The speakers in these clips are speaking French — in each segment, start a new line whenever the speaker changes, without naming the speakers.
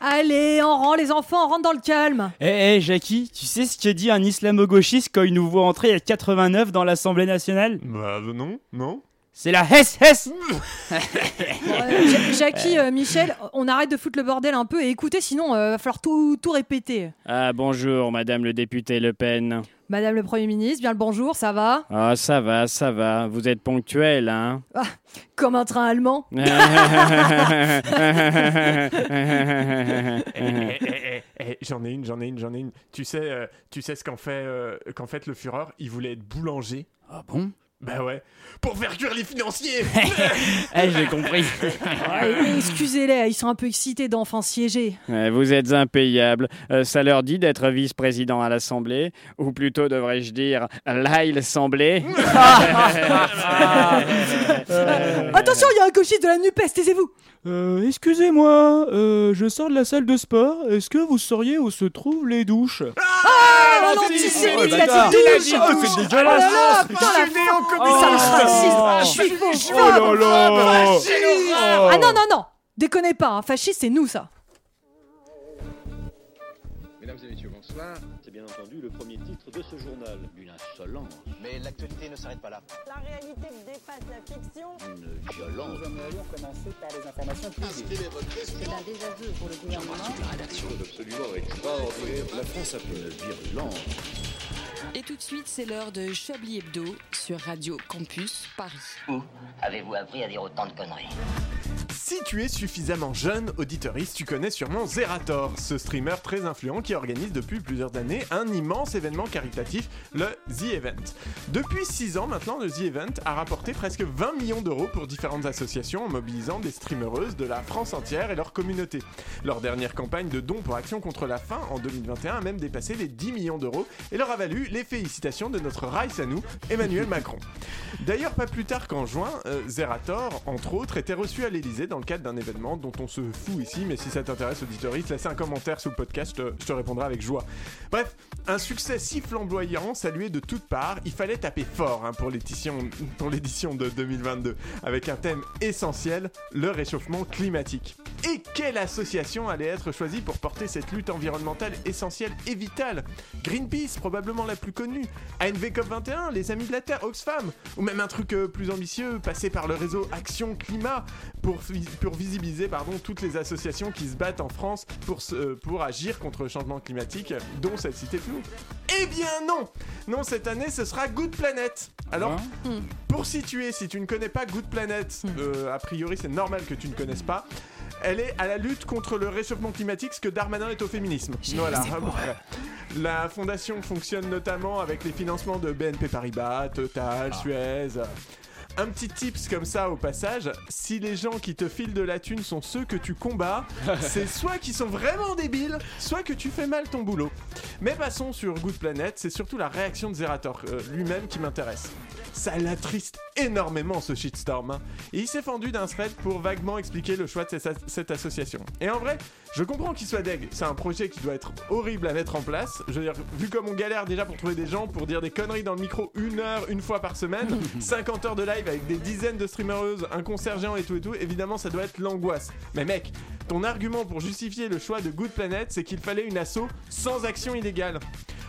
Allez, on rend les enfants, on rentre dans le calme.
Eh, eh, Jackie, tu sais ce que dit un islamo-gauchiste quand il nous voit entrer à 89 dans l'Assemblée nationale
Bah non, non.
C'est la Hess Hess
Euh, Ja- Jackie, euh, Michel, on arrête de foutre le bordel un peu et écoutez, sinon euh, va falloir tout, tout répéter.
Ah, bonjour, madame le député Le Pen.
Madame le Premier ministre, bien le bonjour, ça va
Ah, ça va, ça va, vous êtes ponctuel, hein
Comme un train allemand.
Eh, eh, eh, eh, eh, j'en ai une, j'en ai une, j'en ai une. Tu sais, euh, tu sais ce qu'en fait, euh, qu'en fait le Führer, il voulait être boulanger.
Ah bon
Bah ouais. Pour faire cuire les financiers
Eh, j'ai compris.
Ouais, Excusez-les, ils sont un peu excités d'enfants siégés.
Eh, Vous êtes impayable. Euh, ça leur dit d'être vice-président à l'Assemblée, ou plutôt devrais-je dire, là il semblait.
Attention, il y a un gauchiste de la NUPES, taisez-vous
Euh, excusez-moi, euh, je sors de la salle de sport. Est-ce que vous sauriez où se trouvent les douches
Ah, l'antisémite, il a dit douche
Ah, c'est
Oh
dégueulasse
Je suis né en
Sale
Oh.
raciste Oh Ah, je suis faux.
Oh là là
Ah non, non, non Déconnez pas, un fasciste, c'est nous, ça
Mesdames et messieurs, bonsoir.
C'est bien entendu le premier titre de ce journal. Une insolence,
Mais l'actualité ne s'arrête pas là.
La réalité dépasse la fiction.
une violence.
C'est un désaveu pour le gouvernement.
Et tout de suite, c'est l'heure de Chablis Hebdo sur Radio Campus Paris.
Où avez-vous appris à dire autant de conneries
Si tu es suffisamment jeune, auditoriste, tu connais sûrement Zerator, ce streamer très influent qui organise depuis plusieurs années un immense événement caritatif, le The Event. Depuis 6 ans maintenant, le The Event a rapporté presque 20 millions d'euros pour différentes associations en mobilisant des streamereuses de la France entière et leur communauté. Leur dernière campagne de dons pour Action contre la faim en 2021 a même dépassé les 10 millions d'euros et leur a valu les félicitations de notre Rice à nous, Emmanuel Macron. D'ailleurs, pas plus tard qu'en juin, euh, Zerator, entre autres, était reçu à l'Elysée dans le cadre d'un événement dont on se fout ici, mais si ça t'intéresse, auditoriste, laisse un commentaire sous le podcast, je te- je te répondrai avec joie. Bref, un succès si flamboyant, salué de toutes parts, il fallait taper fort hein, pour l'édition pour l'édition de 2022, avec un thème essentiel, le réchauffement climatique. Et quelle association allait être choisie pour porter cette lutte environnementale essentielle et vitale Greenpeace, probablement la plus connue, ANV COP21, les Amis de la Terre, Oxfam, ou même un truc euh, plus ambitieux, passer par le réseau Action Climat pour, vi- pour visibiliser pardon, toutes les associations qui se battent en France pour, se- euh, pour agir contre le changement climatique, euh, dont celle citée plus haut. Eh bien non Non, cette année, ce sera Good Planet Alors, pour situer, si tu ne connais pas Good Planet, euh, a priori c'est normal que tu ne connaisses pas, elle est à la lutte contre le réchauffement climatique, ce que Darmanin est au féminisme. Voilà. Ah, La fondation fonctionne notamment avec les financements de BNP Paribas, Total, Suez. Un petit tips comme ça au passage, si les gens qui te filent de la thune sont ceux que tu combats, c'est soit qu'ils sont vraiment débiles, soit que tu fais mal ton boulot. Mais passons sur Good Planet, c'est surtout la réaction de Zerator euh, lui-même qui m'intéresse. Ça l'attriste énormément ce shitstorm. hein. Et il s'est fendu d'un thread pour vaguement expliquer le choix de ces- cette association. Et en vrai, je comprends qu'il soit deg. C'est un projet qui doit être horrible à mettre en place. Je veux dire, vu comme on galère déjà pour trouver des gens pour dire des conneries dans le micro une heure, une fois par semaine, 50 heures de live avec des dizaines de streamereuses, un concert géant et tout et tout, évidemment ça doit être l'angoisse. Mais mec, ton argument pour justifier le choix de Good Planet, c'est qu'il fallait une asso sans action illégale.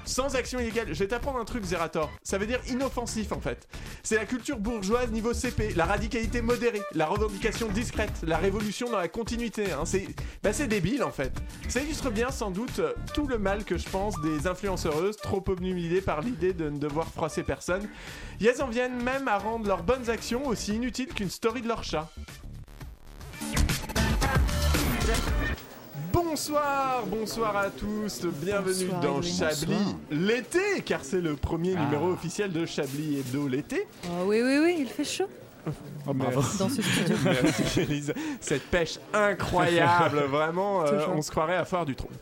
Sans action illégale, je vais t'apprendre un truc, Zerator. Ça veut dire inoffensif en fait. C'est la culture bourgeoise niveau CP, la radicalité modérée, la revendication discrète, la révolution dans la continuité. hein. C'est bah, c'est débile en fait. Ça illustre bien sans doute euh, tout le mal que je pense des influenceuses trop obnubilées par l'idée de ne devoir froisser personne. Et elles en viennent même à rendre leurs bonnes actions aussi inutiles qu'une story de leur chat. Bonsoir, bonsoir à tous, bienvenue
Bonsoir,
dans
Edwin.
Chablis l'été, car c'est le premier numéro officiel de Chablis Hebdo l'été.
Ah oui, oui, oui, il fait chaud dans ce studio.
Merci, Elise. Cette pêche incroyable, vraiment, euh,
Toujours.
on se croirait à Foire du Trône.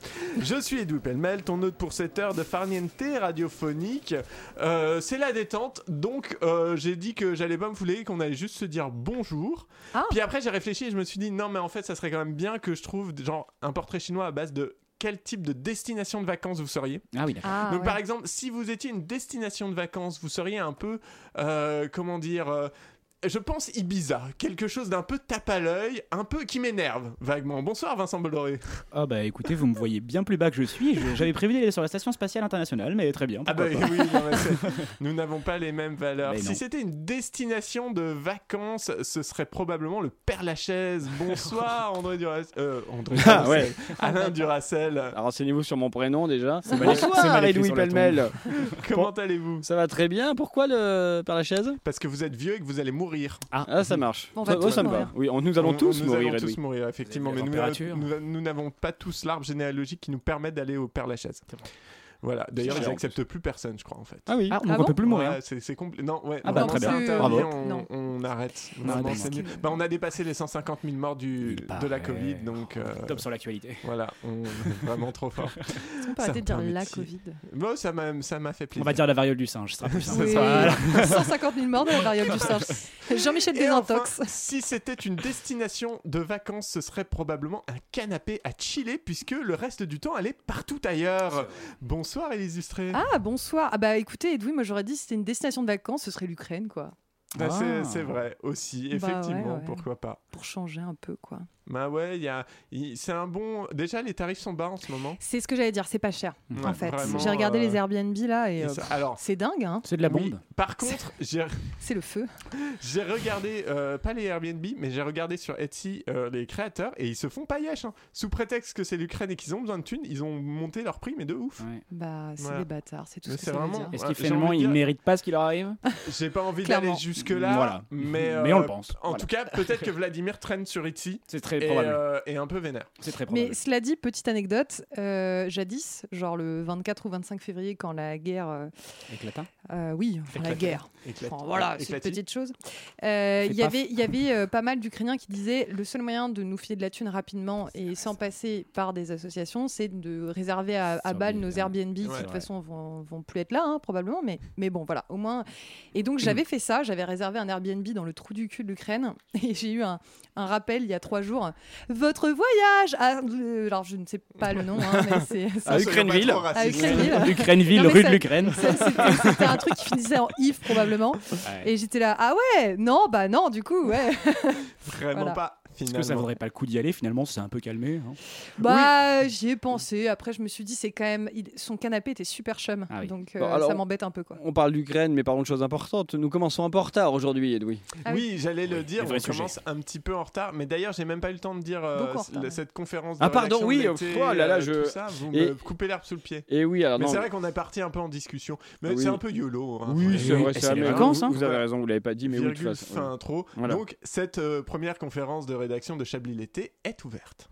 Je suis Edoui Pellemel, ton hôte pour cette heure de farniente radiophonique. Euh, c'est la détente, donc euh, j'ai dit que j'allais pas me fouler, qu'on allait juste se dire bonjour.
Ah.
Puis après, j'ai réfléchi et je me suis dit, non, mais en fait, ça serait quand même bien que je trouve genre un portrait chinois à base de quel type de destination de vacances vous seriez.
Ah oui,
Ah,
Donc
ouais.
par exemple, si vous étiez une destination de vacances, vous seriez un peu, euh, comment dire, euh, je pense Ibiza. Quelque chose d'un peu tape à l'œil, un peu qui m'énerve, vaguement. Bonsoir Vincent Bolloré.
Ah bah écoutez, vous me voyez bien plus bas que je suis. Je- J'avais prévu d'aller sur la station spatiale internationale, mais très bien.
Ah bah
pourquoi
oui,
pas.
non, mais c'est- nous n'avons pas les mêmes valeurs.
Mais non.
Si c'était une destination de vacances, ce serait probablement le Père Lachaise. Bonsoir André Duracel. Euh, André
Ah,
Duracell.
ouais.
Alain Duracel.
Alors, Renseignez-vous sur mon prénom déjà.
mal écrit- c'est
Bonsoir,
mal écrit
Edoui
sur la
Pellemel.
Comment allez-vous
Ça va bah, très bien. Pourquoi le par la chaise
Parce que vous êtes vieux et que vous allez mourir.
ah, ça marche.
On va
Ça-
tous
ça me va.
mourir.
Oui, on, nous allons
On-
tous
nous
mourir,
allons tous
Edoui.
mourir, effectivement.
Vous avez
Mais
la
nous-
température.
nous nous n'avons pas tous l'arbre généalogique qui nous permet d'aller au Père Lachaise. Voilà. D'ailleurs,
C'est
ils
chiant, en
n'acceptent plus personne, je crois, en fait.
Ah oui.
Ah, donc
Ah
on
bon
peut plus mourir.
Ouais, c'est c'est compl- Non, ouais,
Ah bah,
vraiment,
très bien.
c'est interdit,
Bravo.
On,
Non.
on arrête.
Non,
Vraiment,
mais
c'est
parce
mieux. Bah, on a dépassé les 150 000 morts du,
Il
de la
paraît.
Covid, donc euh,
Top sur l'actualité.
voilà, on est vraiment trop fort.
On peut
Ça
arrêter de dire
me
la
permet de-
Covid.
Bon, ça m'a ça m'a fait
On
plaisir.
va dire la variole du singe, ce sera plus simple.
Oui.
Voilà.
150 000 morts dans la variole du singe. Jean-Michel
Et enfin,
Desintox.
si c'était une destination de vacances, ce serait probablement un canapé à chiller, puisque le reste du temps, elle est partout ailleurs. Bonsoir, les illustrés.
Ah, bonsoir. Ah bah écoutez, Edoui, moi j'aurais dit si c'était une destination de vacances, ce serait l'Ukraine, quoi.
Bah, c'est-
Ah.
C'est vrai aussi,
Bah ouais,
effectivement,
ouais.
pourquoi pas.
Pour changer un peu, quoi.
Bah ouais, il y a- il- c'est un bon. Déjà, les tarifs sont bas en ce moment.
C'est ce que j'allais dire, c'est pas cher,
Ouais,
en fait.
vraiment,
J'ai regardé
euh,
les Airbnb là et
et
euh,
ça- Alors,
c'est dingue, hein.
C'est de la bombe.
Oui, par contre, j'ai
C'est le feu.
j'ai regardé, euh, pas les Airbnb, mais j'ai regardé sur Etsy euh, les créateurs et ils se font paillèche. hein. Sous prétexte que c'est l'Ukraine et qu'ils ont besoin de thunes, ils ont monté leur prix, mais de ouf.
Ouais.
Bah, c'est
Ouais.
des bâtards, c'est tout
Mais
ce que
c'est
ça veut
vraiment-
dire.
Est-ce
Ouais,
qu'il
j'ai
finalement
envie de
il
dire-
mérite pas ce qui leur arrive
J'ai pas envie
Clairement.
d'aller jusque-là,
Voilà.
mais,
Mais on
euh,
le pense.
En
Voilà.
tout cas, peut-être que Vladimir traîne sur Etsy
C'est très
et,
probable.
euh, est un peu vénère.
C'est très probable.
Mais cela dit, petite anecdote, euh, jadis, genre le 24 ou 25 février, quand la guerre. euh,
Éclatant.
euh, oui, enfin, la
Éclate.
guerre.
Éclate.
Enfin, voilà, c'est une
Éclati.
petite chose. Euh,
Fait
Il y
paf.
avait, il y avait euh, pas mal d'Ukrainiens qui disaient le seul moyen de nous filer de la thune rapidement et sans passer par des associations, c'est de réserver à, à
Sur
balle
des-
nos Airbnb qui de
hein. Ouais.
toute
Ouais.
façon vont, vont plus être là, hein, probablement. Mais, mais bon, voilà, au moins. Et donc
Mm.
j'avais fait ça, j'avais réservé un Airbnb dans le trou du cul de l'Ukraine et j'ai eu un, un rappel il y a trois jours. Votre voyage à- euh, Alors je ne sais pas le nom, hein, mais c'est. c'est-
À
Ça, soyons pas
Ukraineville.
trop racistes.
À Ukraineville.
Ukraineville,
Non, mais
rue de
ça-
l'Ukraine.
Ça, C'était c'était un truc qui finissait en if probablement.
Ouais.
Et j'étais là, ah ouais, non, bah non, du coup, ouais.
Vraiment
Voilà.
pas,
Est-ce
finalement.
que ça vaudrait pas le coup d'y aller finalement C'est un peu calmé. hein.
Bah, j'y ai pensé. Après, je me suis dit, c'est quand même. il- Son canapé était super chum.
Ah oui.
Donc, euh,
Bon, alors-
ça m'embête un peu, quoi.
On parle d'Ukraine, mais parlons de choses importantes. Nous commençons un peu en retard aujourd'hui, Edoui.
Ah
oui, j'allais le
Oui,
dire,
les
on
vrais
commence un petit peu en retard, mais d'ailleurs, j'ai même pas eu le temps de dire euh,
Beaucoup en retard,
la-
ouais.
cette conférence. De
Ah, pardon,
rédaction
oui,
de l'été,
euh, oh là là,
euh,
je-
tout ça, vous
Et-
me coupez l'herbe sous le pied.
Et Eh oui, alors
mais
non.
c'est vrai qu'on est parti un peu en discussion, mais
Ah Oui.
c'est un peu YOLO. hein.
Oui, c'est
Eh Oui,
vrai,
et
c'est
c'est les
vrai, mais
vacances,
vous-
hein.
Vous avez raison, vous l'avez pas dit, mais oui, de toute
Virgule,
façon,
fin intro.
Voilà.
Donc, cette euh, première conférence de rédaction de Chablis l'été est ouverte.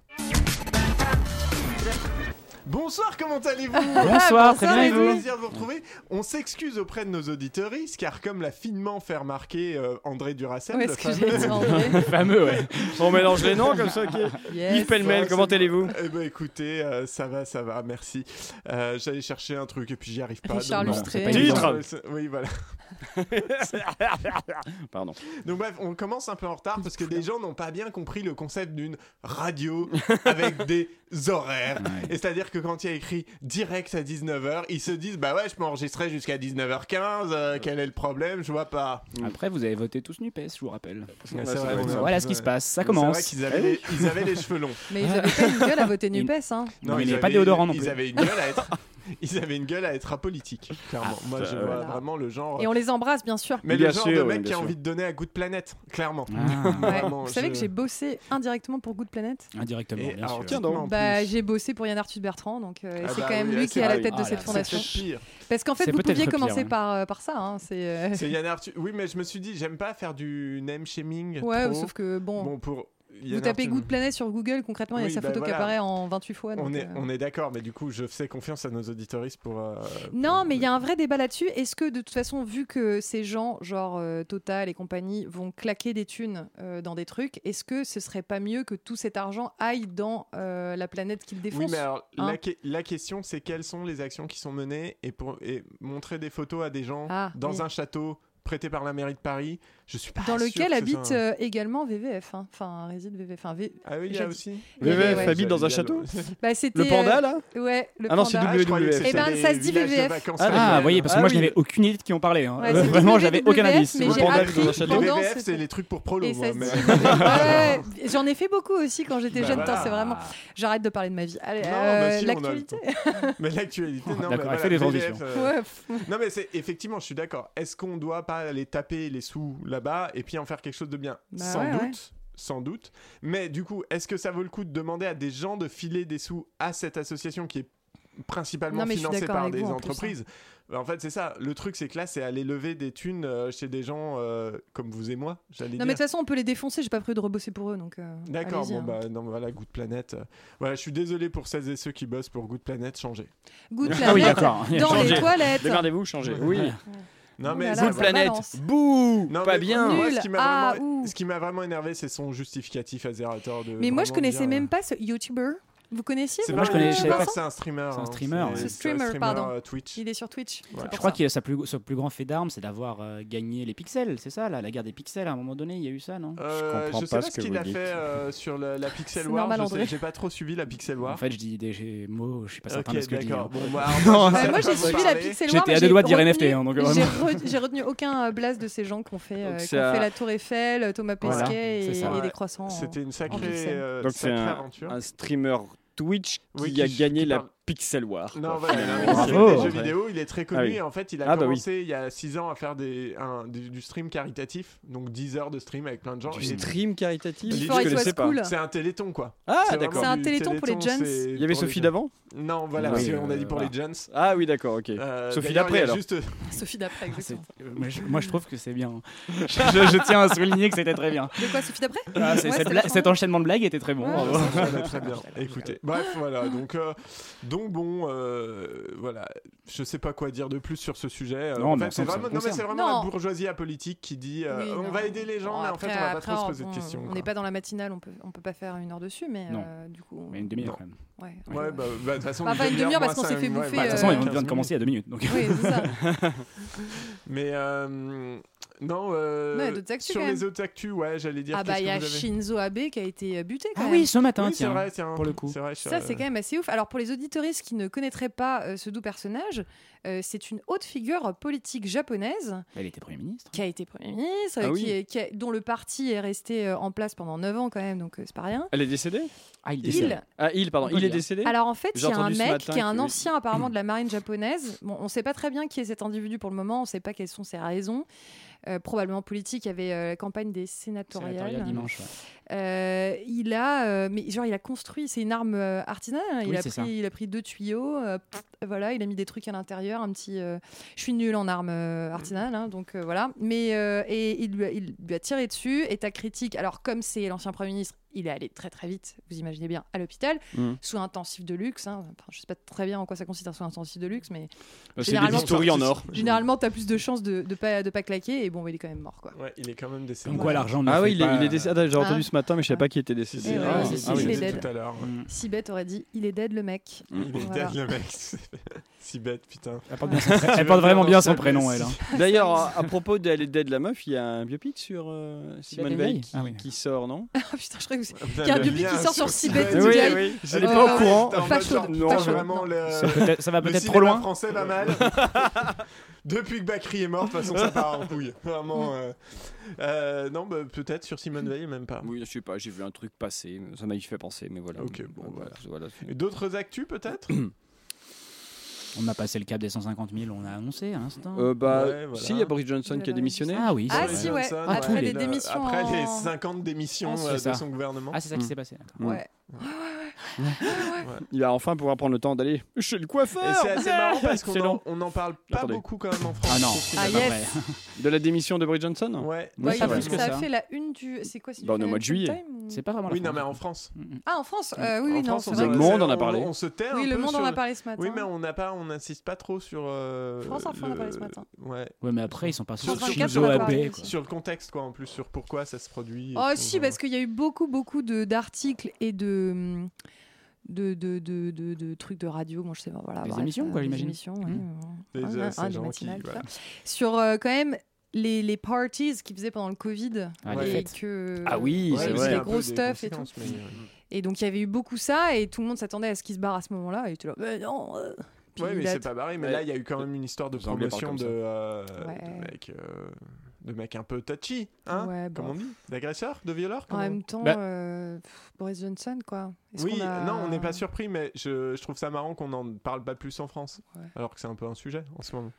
Bonsoir, comment allez-vous
Bonsoir, très bien et
C'est un
vous
plaisir de vous retrouver. On s'excuse auprès de nos auditeuristes, car comme l'a finement fait remarquer euh, André Duracel,
Ouais,
le
ce que
fameux-
j'ai dit en vrai.
Fameux, ouais.
On mélange les noms comme ça. Qui...
Yes.
Yves Pellemel,
Ça,
comment
c'est-
allez-vous
Eh ben écoutez, euh, ça va, ça va, merci. Euh, J'allais chercher un truc et puis j'y arrive pas.
Richard
donc-
non,
Lustré.
c'est pas
évident.
Titre Oui, voilà.
Pardon.
Donc bref, on commence un peu en retard parce que des gens n'ont pas bien compris le concept d'une radio avec des horaires.
Ouais.
Et c'est-à-dire que quand il y a écrit direct à 19h, ils se disent bah ouais, je peux enregistrer jusqu'à 19h15, euh, quel est le problème, je vois pas.
Après, vous avez voté tous Nupes, je vous rappelle.
c'est
Ouais, vrai,
vrai,
on est un
Voilà
peu-
ce qui se passe, ça
C'est vrai
commence.
qu'ils avaient, les- ils avaient les cheveux longs.
Mais ils avaient pas une gueule à voter Nupes, hein.
Non, mais il
ils
n'y avait pas
avaient-
de déodorant non
Ils
plus.
avaient une gueule à être. Ils avaient une gueule à être apolitique, clairement.
Ah,
Moi, je vois
voilà.
vraiment le genre.
Et on les embrasse, bien sûr.
Mais
Bien
le genre
sûr,
de
oui, bien
mec qui a
sûr.
envie de donner à Good Planet, clairement.
Ah,
Ouais.
Vraiment,
Vous savez
je-
que j'ai bossé indirectement pour Good Planet
indirectement,
Et
bien
alors,
sûr.
tiens donc.
en
bah,
plus.
j'ai bossé pour Yann Arthus Bertrand, donc euh, et
Ah
c'est
bah
quand même
oui,
lui
ah,
qui est
c'est
à la
vrai.
tête
Ah
de
là
cette
là,
fondation.
C'est pire.
Parce qu'en fait,
C'est
vous
peut-être
pouviez
pire,
commencer
ouais.
par, euh, par ça. Hein, c'est, euh,
C'est Yann Arthur. Oui, mais je me suis dit, j'aime pas faire du name shaming.
Ouais,
trop.
sauf que bon,
Bon, pour.
vous tapez Good Planet sur Google, concrètement, il y a
Oui,
sa
bah
photo
voilà.
qui apparaît en 28 fois.
On
donc,
est,
euh,
on est d'accord, mais du coup, je fais confiance à nos auditoristes pour. euh,
Non,
pour-
mais il y a un vrai débat là-dessus. Est-ce que de toute façon, vu que ces gens, genre euh, Total et compagnie, vont claquer des thunes euh, dans des trucs, est-ce que ce serait pas mieux que tout cet argent aille dans euh, la planète qu'ils
Oui,
défoncent
mais alors, la,
hein.
que- la question, c'est quelles sont les actions qui sont menées et, pour, et montrer des photos à des gens
Ah,
dans
oui.
un château prêté par la mairie de Paris, je Je suis pas
dans
sûr
lequel
que ce
habite
soit un-
euh, également VVF, hein. enfin réside VVF. Enfin, V-
Ah oui, il y
j'ai
a
dit-
aussi.
il y avait,
VVF
ouais.
habite dans un
Je croyais
château.
que
Bah, c'était,
Le panda
euh,
là
Ouais, le
Ah non, c'est
panda.
c'était
WWF.
Eh ben,
des
ça se dit
villages de
VVF.
vacances
Ah,
régionales.
d'accord.
Ah, vous voyez, parce que
Ah
moi, je
oui.
n'avais aucune idée de qui on parlait. hein.
Ouais,
Euh,
c'est
Vraiment, j'avais aucun
WWF,
indice.
mais
Le
j'ai
panda,
appris
dans un château.
Les
pendant
VVF, c'est
cette-
les trucs pour prolo.
Et
moi,
ça se
mais-
dit VVF. Ouais, ouais, J'en ai fait beaucoup aussi quand j'étais
Bah
jeune.
voilà.
Putain, C'est vraiment. J'arrête de parler de ma vie. Allez,
Non,
euh,
bah si, on a le
l'actualité.
Mais l'actualité, non,
D'accord,
mais
elle
voilà,
fait des
VVF,
transitions.
euh,
Ouais, pff,
Non, mais c'est effectivement, je suis d'accord. Est-ce qu'on doit pas aller taper les sous là-bas et puis en faire quelque chose de bien
Bah
Sans
ouais,
doute.
ouais.
Sans doute. Mais du coup, est-ce que ça vaut le coup de demander à des gens de filer des sous à cette association qui est principalement
Non, mais je suis
financée
d'accord
par
avec
des
vous, en plus, hein.
entreprises Bah, En fait, c'est ça. Le truc, c'est que là, c'est aller lever des thunes euh, chez des gens euh, comme vous et moi, j'allais
Non, mais de
dire.
toute façon, on peut les défoncer. J'ai pas prévu de rebosser pour eux. donc. euh,
D'accord,
allez-y,
bon
hein.
bah non, mais voilà, Good Planet. euh, Voilà, je suis désolé pour celles et ceux qui bossent pour Good Planet, changez.
Good
Ah oui,
Planet,
d'accord.
Dans les
Changez.
toilettes.
Démerdez-vous, changez.
Oui.
Voilà.
Non,
Ouh
mais
Oh là
ça
là,
va.
ça balance.
Bouh
Non,
Pas
mais
bien
moi,
Nul.
ce qui m'a
Ah,
vraiment,
ouh.
ce qui m'a vraiment énervé, c'est son justificatif à Zerator. De
Mais moi, je
vraiment
connaissais
dire,
même pas ce YouTuber. Vous connaissiez
C'est
vous,
Moi,
pas-
je connais-
euh,
je sais
pas,
Vincent
c'est un streamer.
C'est un
hein,
streamer, ouais.
C'est streamer, pardon.
euh, Twitch.
Il est sur Twitch. c'est
Voilà.
pour
Je crois
ça.
que sa plus- son plus grand fait d'armes, c'est d'avoir euh, gagné les pixels, c'est ça, là, la guerre des pixels. À un moment donné, il y a eu ça, non
Euh,
comprends
je sais
pas
pas
ce
ce
que
qu'il
vous
a
dites.
fait euh, sur le- la Pixel
C'est
War.
normal,
je sais-
André.
J'ai pas trop suivi la Pixel
En
War.
fait, je dis des mots, je suis pas certain de
ok,
ce que je dis.
d'accord.
hein.
Bon, bah, alors,
Euh,
je sais
moi
pas
j'ai
vous
suivi la
parler.
Pixel War.
J'étais
mais
à deux
j'ai
doigts de dire
retenu-
NFT, hein, donc
J'ai
vraiment.
re- J'ai retenu aucun euh, blast de ces gens qui ont fait, euh,
Donc,
qui ont
c'est un-
fait la Tour Eiffel, euh, Thomas Pesquet
Voilà,
et,
c'est ça.
et
Ouais.
des croissants. hein. en-
C'était une
en
sacrée,
pixel.
euh,
Donc, c'est
sacrée
un-
aventure.
Un streamer Twitch qui
Oui,
a
qui-
gagné
qui
la
parle.
Pixel War.
Non,
quoi,
voilà, il a
finalement.
un ancien
Bravo.
des jeux
Ouais.
vidéo, il est très connu
Ah oui.
et en fait il a
Ah bah oui.
commencé il y a 6 ans à faire des, un- du, du stream caritatif, donc 10 heures de stream avec plein de gens.
Du
Il est-
stream caritatif
Before
Je
it
connaissais
was
pas.
cool.
C'est un téléthon quoi.
Ah,
C'est
d'accord.
C'est
vraiment
un
du
téléthon pour les jeunes.
c'est
Il y avait
pour les
Sophie
jeunes.
d'avant
Non, voilà,
Oui,
si on a
euh,
dit pour
voilà.
les jeunes.
Ah oui, d'accord, ok.
Euh,
Sophie
d'ailleurs,
d'après,
il y a
alors.
juste-
Sophie d'après,
Ah,
C'est-
exactement.
Moi, je- Moi, je trouve que c'est bien. Je, je tiens à souligner que c'était très bien.
De quoi Sophie d'après
Ah, c'est-
Ouais,
cette
c'est
bla-
vachement
cet
bien.
enchaînement de blagues était très bon.
Ouais,
Ah
bravo.
ouais,
Ça va très bien. Écoutez, bref, voilà. Donc, euh, donc bon, euh, voilà. Je sais pas quoi dire de plus sur ce sujet. Euh,
Non,
en
mais
fait,
on
c'est
sent que
vraiment,
ça vous
non, mais
concerne.
c'est vraiment
Non.
la bourgeoisie apolitique qui dit euh,
Oui,
on
non.
va aider les gens,
Bon,
mais en
après-
fait, on va pas
après,
trop se poser
on-
de questions.
On n'est
quoi.
pas dans la matinale, on peut, on peut pas faire une heure dessus, mais
Non.
euh, du coup. on-
Mais une demi-heure quand même.
Ouais.
Ouais, bah, bah, de toute façon,
Enfin, une demi-heure, parce
moi,
qu'on s'est
ça-
fait
ouais,
bouffer,
bah,
De toute
euh,
façon, on
quinze
vient de
15
commencer il y a deux minutes. Donc.
Oui, c'est ça.
Mais euh, non, euh,
Non, il y a d'autres actus,
sur
quand
les
même.
autres actus, ouais, j'allais dire.
Ah bah,
qu'est-ce
il y
que
a
vous avez
Shinzo Abe qui a été euh, buté quand
Ah
même.
oui, ce matin,
Oui, c'est
tiens.
vrai, tiens,
pour le coup.
C'est vrai, euh,
Ça, c'est quand même assez ouf. Alors, pour les auditoristes qui ne connaîtraient pas euh, ce doux personnage, euh, c'est une haute figure politique japonaise
Bah, il était Premier ministre.
qui a été Premier ministre,
Ah
euh,
oui.
qui est- qui a- dont le parti est resté euh, en place pendant 9 ans quand même, donc euh, c'est pas rien.
Elle est décédée
Ah, il
Il,
Ah, il, pardon.
On peut
Il est
dire.
décédé
alors en fait, il
J'ai
y a un
entendu ce
mec
matin
qui est un
que-
ancien apparemment de la marine japonaise. Bon, on sait pas très bien qui est cet individu pour le moment, on sait pas quelles sont ses raisons. Euh, probablement politique, il y avait euh, la campagne des sénatoriales.
dimanche. ouais.
Euh, il a, euh, mais genre, il a construit, c'est une arme euh, artisanale. hein. Il,
Oui,
a
c'est ça.
pris, il a pris deux tuyaux, euh, pff, voilà, il a mis des trucs à l'intérieur, un petit. euh, je suis nulle en armes euh, artisanales, hein, donc euh, voilà. Mais euh, et il lui, a, il lui a tiré dessus. Et ta critique, alors comme c'est l'ancien premier ministre, il est allé très très vite. Vous imaginez bien à l'hôpital
Mmh.
Mm.
sous intensif de luxe. hein. Enfin, je sais pas très bien en quoi ça consiste un soin intensif de luxe, mais
Euh, C'est des
généralement,
bistouri en or.
généralement t'as plus de chances de, de pas de pas claquer. Et bon, bah, il est quand même mort, quoi.
Ouais, il est quand même décédé.
Comme quoi, l'argent ne
Ah
fait
oui, il est,
pas-
il est décédé. Ah, J'ai entendu
Ah.
ce matin, mais je savais pas qui était
Si,
décédé.
si,
Eh ouais,
Ah,
si, si,
ah oui,
je l'ai
d'accord.
dead.
tout à l'heure. ouais.
Mm.
Si bête aurait dit, il est dead le mec.
Il est
Voilà.
dead, le mec. si bête, putain.
Elle porte, bien son- elle porte vraiment bien son prénom, elle. hein.
D'ailleurs, à, à propos d'elle est dead la meuf, il y a un biopic sur euh, Simone
Simone
Veil
Veil
qui,
Ah oui.
qui sort, non
Ah putain, je crois que c'est-
Putain,
Qui a un
le
biopic
lien
qui sort sur
si
Cibet,
bête,
tu dis,
oui,
allez.
oui.
Je
Euh,
l'ai pas au
ouais,
courant.
pas
en mode
chaude,
genre,
pas
putain,
chaude,
Vraiment,
non.
le,
Ça peut-être- Ça va
le
Ah, peut-être
cinéma
trop loin.
français va mal. Depuis que Bakri est mort, de toute façon, ça part en couille. Vraiment. euh, euh, non, bah, peut-être sur Simone Veil, même pas.
Oui, je sais pas, j'ai vu un truc passer, ça m'a fait penser, mais voilà.
Ok, bon,
voilà. voilà.
Et D'autres actus, peut-être
On a passé le cap des 150 000, on a annoncé à l'instant.
Euh, bah,
Ouais, voilà.
si, il y a Boris Johnson
Il a
qui a
pas
démissionné.
Ah oui, c'est
Ah,
vrai.
si, ouais.
Johnson,
Après
ouais,
les
le-
démissions
Après les
en-
50 démissions
Ah, c'est
euh, de
ça.
son gouvernement.
Ah, c'est ça qui
Mm.
s'est passé. d'accord.
Mm.
Ouais.
Il va enfin pouvoir prendre le temps d'aller chez le
Et
coiffeur
c'est assez marrant parce qu'on
Excellent.
en, on en parle pas
Attendez.
beaucoup quand même en France.
Ah non,
Je trouve
Ah,
c'est
que-
pas
yes.
vrai.
De la démission de Boris Johnson
Ouais.
Moi,
Bah,
je
il a
savais
fait-
que
ça
ça.
hein.
a fait la une du. C'est quoi c'est du
Bah, on est au mois de
Financial
juillet.
Time ou-
C'est pas vraiment la
Oui, non
France.
mais en France.
Mm, mm.
Ah, en France euh, Oui,
en
oui, non,
France,
c'est
on
vrai.
Le
se-
Monde en a
on-
parlé.
On, se tait
Oui,
un
le
peu
monde en
sur-
a parlé ce matin.
Oui, mais on n'a pas, on n'insiste pas trop sur. euh,
France Info en a
le-
parlé ce matin.
Ouais.
Ouais, mais après, ils sont partis sur
124,
Shinzo
on va parler
Abe.
aussi.
quoi.
Sur le contexte, quoi, en plus, sur pourquoi ça se produit. et
Oh,
tout,
si,
voilà.
parce qu'il y a eu beaucoup, beaucoup de- d'articles et de. De, de, de, de, de trucs de radio, bon, je sais pas, voilà.
Des émissions, quoi,
des
j'imagine.
émissions, ouais,
Mhm.
ouais,
Des- euh,
ouais,
ces
ouais, des
gens qui-
matinales, tout
voilà.
ça. Sur euh, quand même les, les parties qu'ils faisaient pendant le Covid.
Ah,
les
et
fêtes.
que...
Ah oui,
Ouais,
c'est
mais
vrai.
les gros stuff et tout.
euh,
Et donc il y avait eu beaucoup ça et tout le monde s'attendait à ce qu'il se barre à ce moment-là. Et il était là, mais non. euh. Puis
Ouais,
il
mais
a-
c'est pas barré. Mais
Ouais.
là, il y a eu quand même une histoire de
Les Anglais parlent
promotion
comme
de,
ça.
euh,
Ouais.
de mecs, euh, de mecs un peu touchy, hein
Ouais, bon.
Comme on dit, d'agresseurs, de violeurs.
En
comment-
même temps,
Bah-
euh, pff, Boris Johnson, quoi. Est-ce
Oui,
qu'on a-
non, on n'est pas surpris, mais je, je trouve ça marrant qu'on n'en parle pas plus en France,
Ouais.
alors que c'est un peu un sujet en ce moment.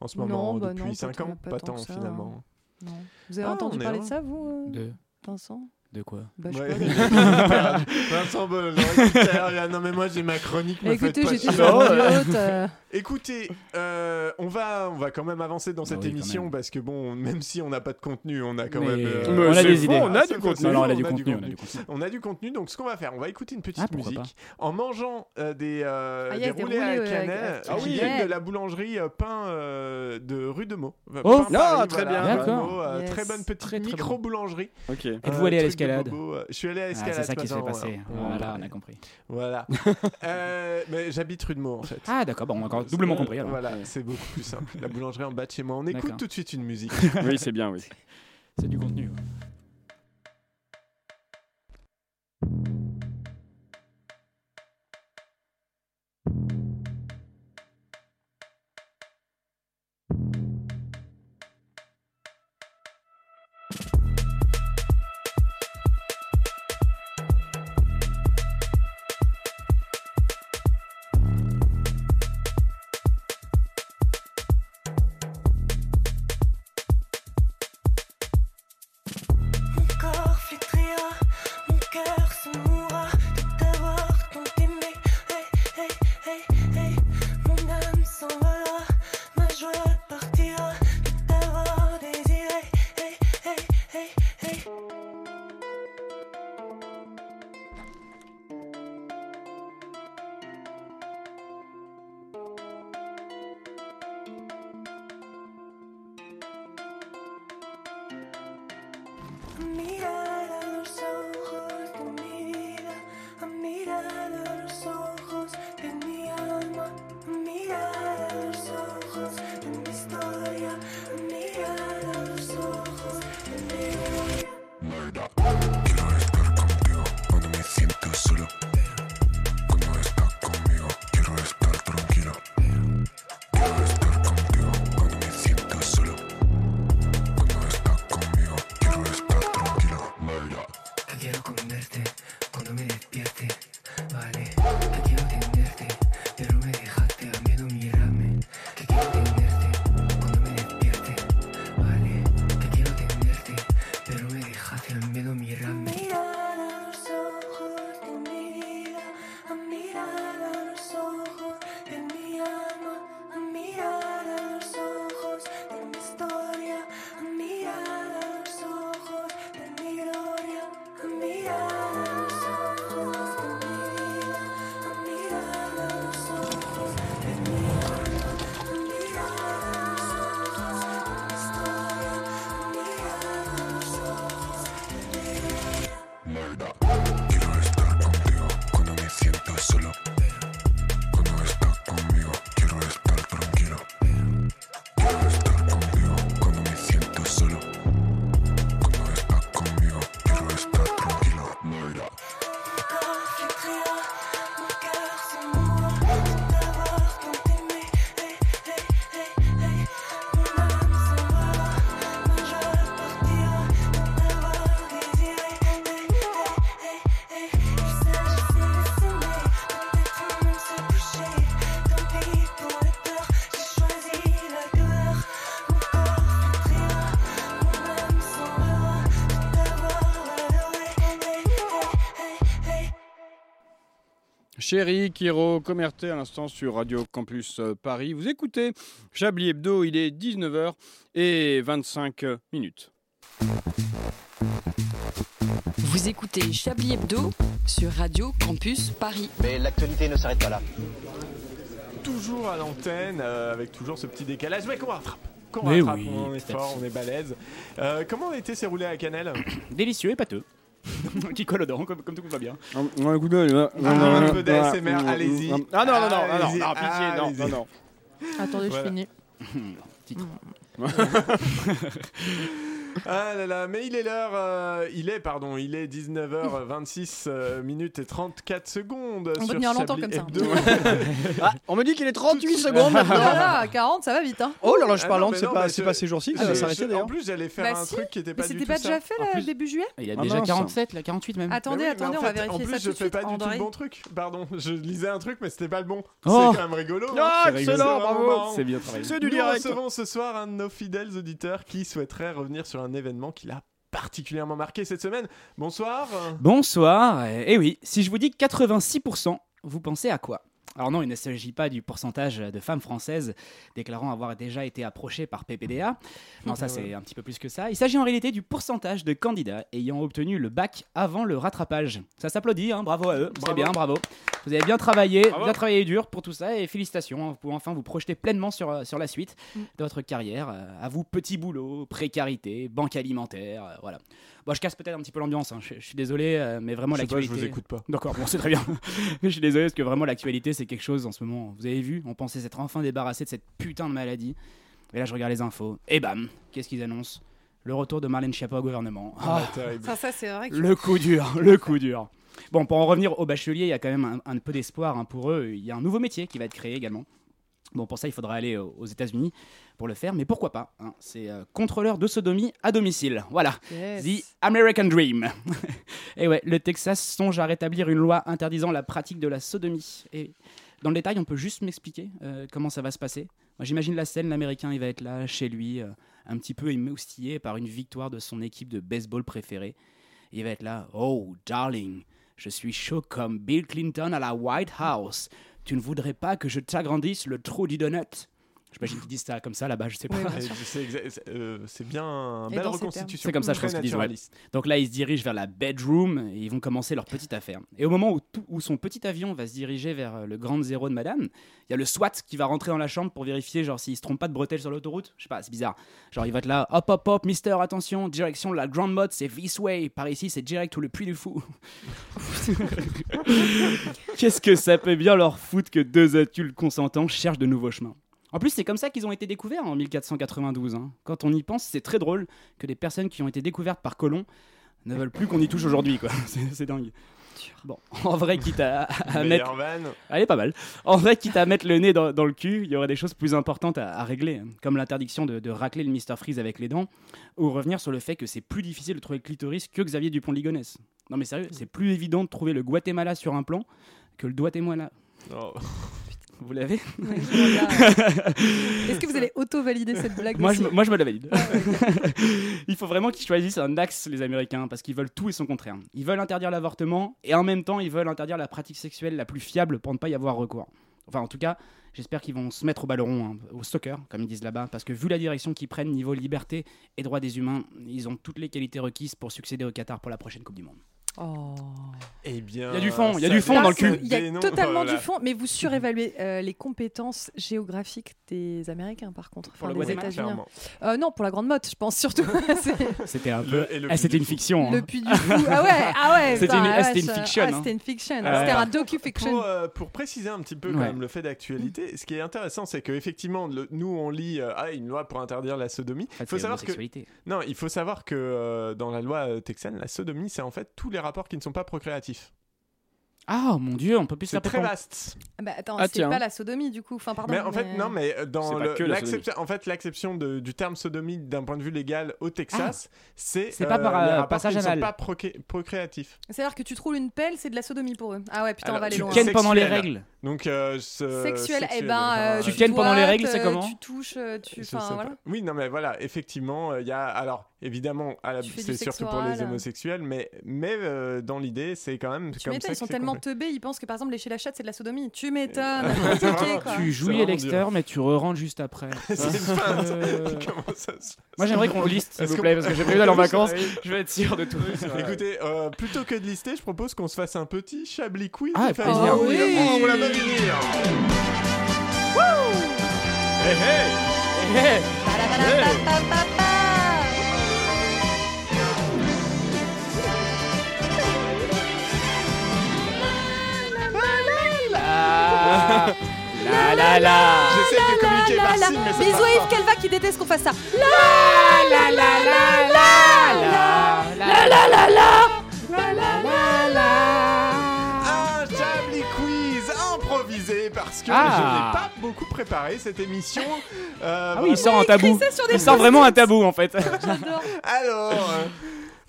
En ce
Non,
moment,
bah non,
depuis
pas
5
tant-
ans,
pas
pas
tant
tant
que ça,
finalement.
Non. Vous avez
Ah,
entendu
on est
parler
loin.
de ça, vous, euh,
De,
Vincent
de quoi
Bah, je sais
Ouais.
pas.
Vincent Bolloré, tout à l'heure, il a, non mais moi j'ai ma chronique. me faites
Écoutez,
pas
j'étais
chier.
sur l'autre.
Écoutez, euh, on va, on va quand même avancer dans cette
Bah oui, quand
émission
même.
parce que bon, même si on n'a pas de contenu, on a quand
Mais-
même.
Mais on a
c'est
des
faux,
idées.
On a
Ah,
du
c'est
contenu.
Non, non, on a du contenu, on a du contenu.
On a du contenu, donc ce qu'on va faire, on va écouter une petite
Ah, pourquoi
musique en mangeant euh, des, euh,
Ah, yes,
des
des
roulés
roulés,
à
euh,
cannelle
à- à-
qui
oui.
viennent
Ouais.
de la boulangerie euh, Pain euh, de rue de Meaux. Enfin,
Oh,
Pain
non,
Paris,
très
voilà,
bien.
rue de Meaux,
D'accord.
euh,
Yes.
Très bonne petite
Très, très bon.
micro-boulangerie.
Ok.
Êtes-vous
Euh,
allé à
truc de
l'escalade
bobo, euh, Je suis allé à
Ah,
l'escalade.
c'est ça
ce
qui s'est
matin,
passé.
ouais.
Voilà, on a compris.
Voilà. Euh, mais j'habite rue de Meaux en fait. Euh,
Ah, d'accord, bon, on a encore doublement compris alors.
Voilà, c'est beaucoup plus simple. La boulangerie en bas de chez moi. On écoute
D'accord.
tout de suite une musique.
Oui, c'est bien, oui.
C'est du contenu. ouais.
Mon corps flétrira, mon cœur se mourra de t'avoir tant aimé. Hey, hey, hey, hey. Mon âme s'envolera, ma joie partira de t'avoir désiré. Hey, hey, hey, hey. Mira los ojos de mi vida, mira los ojos de mi alma, mira los ojos de mi historia, mira los ojos de mi vida. Quiero estar contigo cuando me siento solo, cuando estás conmigo quiero estar tranquilo. Quiero estar contigo cuando me siento solo. Cuando estás conmigo, quiero estar tranquilo. Te quiero comerte cuando me despierte, vale. Te quiero tenerte, pero me dejaste a miedo mirarme. Te quiero tenerte cuando me despierte, vale. Te quiero tenerte, pero me dejaste al miedo mirarme. Mirar a los ojos de mi vida, a mirar a los ojos de mi alma, a mirar a los ojos de mi historia, a mirar a los ojos de mi gloria, a mirar a los ojos de mi vida, a mirar a los ojos de mi alma, a mirar a los ojos de mi historia, a mirar a los ojos de mi gloria. Quiero estar contigo cuando me siento solo. Cuando estás conmigo, quiero estar tranquilo. Quiero estar contigo cuando me siento solo. Cuando estás conmigo, quiero estar tranquilo.
Chérie, Kiro, Comerté à l'instant sur Radio Campus euh, Paris. Vous écoutez Chablis Hebdo, il est 19h et 25 minutes.
Vous écoutez Chablis Hebdo sur Radio Campus Paris.
Mais l'actualité ne s'arrête pas là.
toujours à l'antenne, euh, avec toujours ce petit décalage, mais qu'on rattrape. Qu'on
Mais
rattrape,
oui,
on est
tout à
fort,
fait.
on est balèze. Euh, comment ont été ces roulés à cannelle
Délicieux et pâteux. Qui colle aux dents, comme, comme tout va bien.
Un, un coup d'œil, là.
Ah,
un peu d'ASMR, allez-y.
Ah non, non, non, non, non,
Allez-y,
non, pitié, non,
allez-y.
non, non.
Attendez,
Voilà.
je finis.
Ah là là, mais il est l'heure, euh, il est, pardon, il est 19h26 euh, minutes et 34 secondes.
On peut
sur
tenir longtemps
Chablis
comme ça.
Hebdo.
Ah, on me dit qu'il est 38 secondes
Ah,
maintenant.
Voilà, 40, ça va vite. Hein.
Oh là là, je
Ah
parle
non,
lente,
mais
c'est
non,
pas,
mais
c'est
je-
pas ces jours-ci
Ah,
que ça va
je-
s'arrêter
En
d'ailleurs.
plus, j'allais faire
Bah
un
si,
truc qui était
Mais
pas du
c'était
tout
pas
ça.
déjà fait
En
là,
plus-
début juillet
Il a
Ah
déjà
mince.
47, là, 48 même.
Attendez,
Mais oui, mais
attendez,
en
on va
fait-
vérifier
En plus,
ça
je
tout de
fais
suite.
pas du tout
André.
le bon truc. Pardon, je lisais un truc, mais c'était pas le bon.
Oh.
C'est quand même rigolo. hein.
Ah,
C'est rigolo,
excellent,
c'est vraiment
bravo.
marrant.
bien travaillé.
C'est du
Nous
direct.
recevons ce soir un de nos fidèles auditeurs qui souhaiterait revenir sur un événement qui l'a particulièrement marqué cette semaine. Bonsoir.
Bonsoir. Et oui, si je vous dis 86%, vous pensez à quoi alors non, il ne s'agit pas du pourcentage de femmes françaises déclarant avoir déjà été approchées par PPDA. Non, ça c'est un petit peu plus que ça. Il s'agit en réalité du pourcentage de candidats ayant obtenu le bac avant le rattrapage. Ça s'applaudit, hein, bravo à eux. C'est
Bravo.
bien, bravo. Vous avez bien travaillé,
Bravo.
bien travaillé dur pour tout ça et félicitations. hein, Vous pouvez enfin vous projeter pleinement sur, euh, sur la suite
Mm.
de votre carrière. euh, À vous, petit boulot, précarité, banque alimentaire, euh, voilà. Bon, je casse peut-être un petit peu l'ambiance, hein, je, je suis désolé, euh, mais vraiment
Je sais pas, je
l'actualité.
vous écoute pas.
D'accord, bon, c'est très bien. Mais je suis désolé parce que vraiment l'actualité, c'est quelque chose en ce moment. Vous avez vu, on pensait s'être enfin débarrassé de cette putain de maladie. Et là, je regarde les infos. Et bam, qu'est-ce qu'ils annoncent Le retour de Marlène Schiappa au gouvernement. Ah,
terrible.
Ça, ça c'est vrai. que-
le coup dur, le coup dur. Bon, pour en revenir aux bacheliers, il y a quand même un, un peu d'espoir hein, pour eux. Il y a un nouveau métier qui va être créé également. Bon, pour ça, il faudra aller euh, aux aux États-Unis pour le faire, mais pourquoi pas hein. C'est euh, contrôleur de sodomie à domicile. Voilà.
Yes.
The American Dream. et ouais, le Texas songe à rétablir une loi interdisant la pratique de la sodomie. Et dans le détail, on peut juste m'expliquer euh, comment ça va se passer. Moi, j'imagine la scène, l'Américain, il va être là, chez lui, euh, un petit peu émoustillé par une victoire de son équipe de baseball préférée. Il va être là, oh darling, je suis chaud comme Bill Clinton à la White House. Tu ne voudrais pas que je t'agrandisse le trou du donut. J'imagine qu'ils disent ça comme ça là-bas, je sais pas.
Ouais,
Et C'est exa- c'est, euh, c'est bien une
Et
belle
dans ces
reconstitution.
termes. C'est comme ça, je
Très
pense qu'ils disent, ouais.
naturaliste.
Donc là, ils se dirigent vers la bedroom et ils vont commencer leur petite affaire. Et au moment où, tout- où son petit avion va se diriger vers euh, le grand zéro de madame, il y a le SWAT qui va rentrer dans la chambre pour vérifier genre s'il se trompe pas de bretelles sur l'autoroute. Je sais pas, c'est bizarre. Genre il va être là, hop hop hop, mister, attention, direction la grande mode, c'est this way. Par ici, c'est direct ou le puits du fou. Qu'est-ce que ça peut bien leur foutre que deux adultes consentants cherchent de nouveaux chemins en plus, c'est comme ça qu'ils ont été découverts en 1492. hein. Quand on y pense, c'est très drôle que des personnes qui ont été découvertes par Colomb ne veulent plus qu'on y touche aujourd'hui, quoi. C'est c'est dingue. Bon, en vrai, quitte à, à mettre.
Meilleure vanne.
Elle est pas mal. En vrai, quitte à mettre le nez dans, dans le cul, il y aurait des choses plus importantes à, à régler, hein, comme l'interdiction de, de racler le Mr. Freeze avec les dents, ou revenir sur le fait que c'est plus difficile de trouver le clitoris que Xavier Dupont-Ligonnès. Non, mais sérieux, c'est plus évident de trouver le Guatemala sur un plan que le Guatemala.
Oh.
Vous l'avez
Ouais, voilà. Est-ce que vous allez auto-valider cette blague
Moi
aussi
je, me- moi, je me la valide. il faut vraiment qu'ils choisissent un axe, les Américains, parce qu'ils veulent tout et son contraire. Ils veulent interdire l'avortement et en même temps, ils veulent interdire la pratique sexuelle la plus fiable pour ne pas y avoir recours. Enfin, en tout cas, j'espère qu'ils vont se mettre au ballon, rond, hein, au soccer, comme ils disent là-bas, parce que vu la direction qu'ils prennent niveau liberté et droits des humains, ils ont toutes les qualités requises pour succéder au Qatar pour la prochaine Coupe du Monde.
Oh.
Eh bien.
Il y a du fond, il y a
ça
du fond
va,
dans le
ça
cul.
Il y a
dénonce-
totalement
Voilà.
du fond, mais vous surévaluez euh, les compétences géographiques des Américains, par contre.
Pour
Enfin,
le
des
Guatemala,
États-Unis.
Clairement.
Euh, non, pour la grande motte, je pense surtout. C'est
C'était un
Le-
peu.
et le
Eh,
plus
c'était
du
une
fou.
fiction.
E
hein.
le puits du fou. Ah ouais, ah ouais.
C'était
putain,
une-
la
ah, c'était une
vache.
fiction,
Ah,
hein.
c'était une fiction.
Ouais. Ah,
C'était un docu-fiction.
Pour, euh, pour préciser un petit peu quand
Ouais.
même le fait d'actualité, ce qui est intéressant, c'est qu'effectivement, nous on lit euh, ah, une loi pour interdire la sodomie.
En fait,
faut
Ah, c'est
savoir que
homosexualité.
non, il faut savoir que euh, dans la loi euh, texane, la sodomie, c'est en fait tous les rapports qui ne sont pas procréatifs.
Ah mon dieu, on peut plus
C'est
faire
très
pour-
vaste.
Ah bah, attends,
Ah,
c'est
tiens.
pas la sodomie du coup. Enfin, pardon.
mais en fait, non, mais euh,
C'est
dans
pas
le-
que la
l'acception, en fait, l'acception de- du terme sodomie d'un point de vue légal au Texas,
Ah.
c'est
C'est pas par,
les
euh,
rapports
passage
qui ne sont
anal.
pas procré- procréatifs.
C'est-à-dire que tu troules une pelle, c'est de la sodomie pour eux. Ah ouais, putain, on
Alors,
va aller
tu
loin.
ken-
Ken pendant les
Sexuel.
règles.
Donc euh, ce-
Sexuel, eh ben,
enfin,
euh,
Tu
euh,
ken pendant les
doigtes,
règles, c'est
euh,
comment
Tu touches, euh, tu.
Je sais
Enfin,
pas.
voilà.
Oui, non, mais voilà, effectivement, euh, il y a. Alors, évidemment, à la-
Tu fais
c'est
du
surtout pour les
sexual.
homosexuels, mais, mais euh, dans l'idée, c'est quand même.
Tu
comme
m'étonnes,
ça
ils
que
sont
c'est Euh,
tellement
complet.
teubés, ils pensent que par exemple lécher la chatte c'est de la sodomie. Tu m'étonnes.
Ouais, Ah, c'est
Ok,
vraiment-
quoi.
Tu jouis
vraiment
à l'extérieur, mais tu re-rentres juste après.
C'est une feinte.
Euh,
Comment ça se
Moi j'aimerais qu'on liste, s'il
Est-ce
vous
qu'on-
plaît, parce que j'ai prévu d'aller en
Oui,
vacances.
c'est vrai.
Je vais être sûr de tout.
Écoutez, euh, plutôt que de lister, je propose qu'on se fasse un petit Chablis quiz.
Ah,
les
plaisir.
familles.
Ah
oui.
Oh, on l'a pas venir. Wouh Hey, hey.
La la la
la
Ah
la
J'essaie de communiquer
La,
par
la.
signe, mais ça
Bisous
marche
Yves
pas.
Calva qui déteste qu'on fasse ça. La
la la la la la la
Un Chablis Quiz improvisé parce que
Ah.
je n'ai pas beaucoup préparé cette émission. Euh,
Ah oui, il sort un
écrit
tabou.
ça sur des
Il sort vraiment un tabou en fait.
Ah
J'adore.
Alors, euh,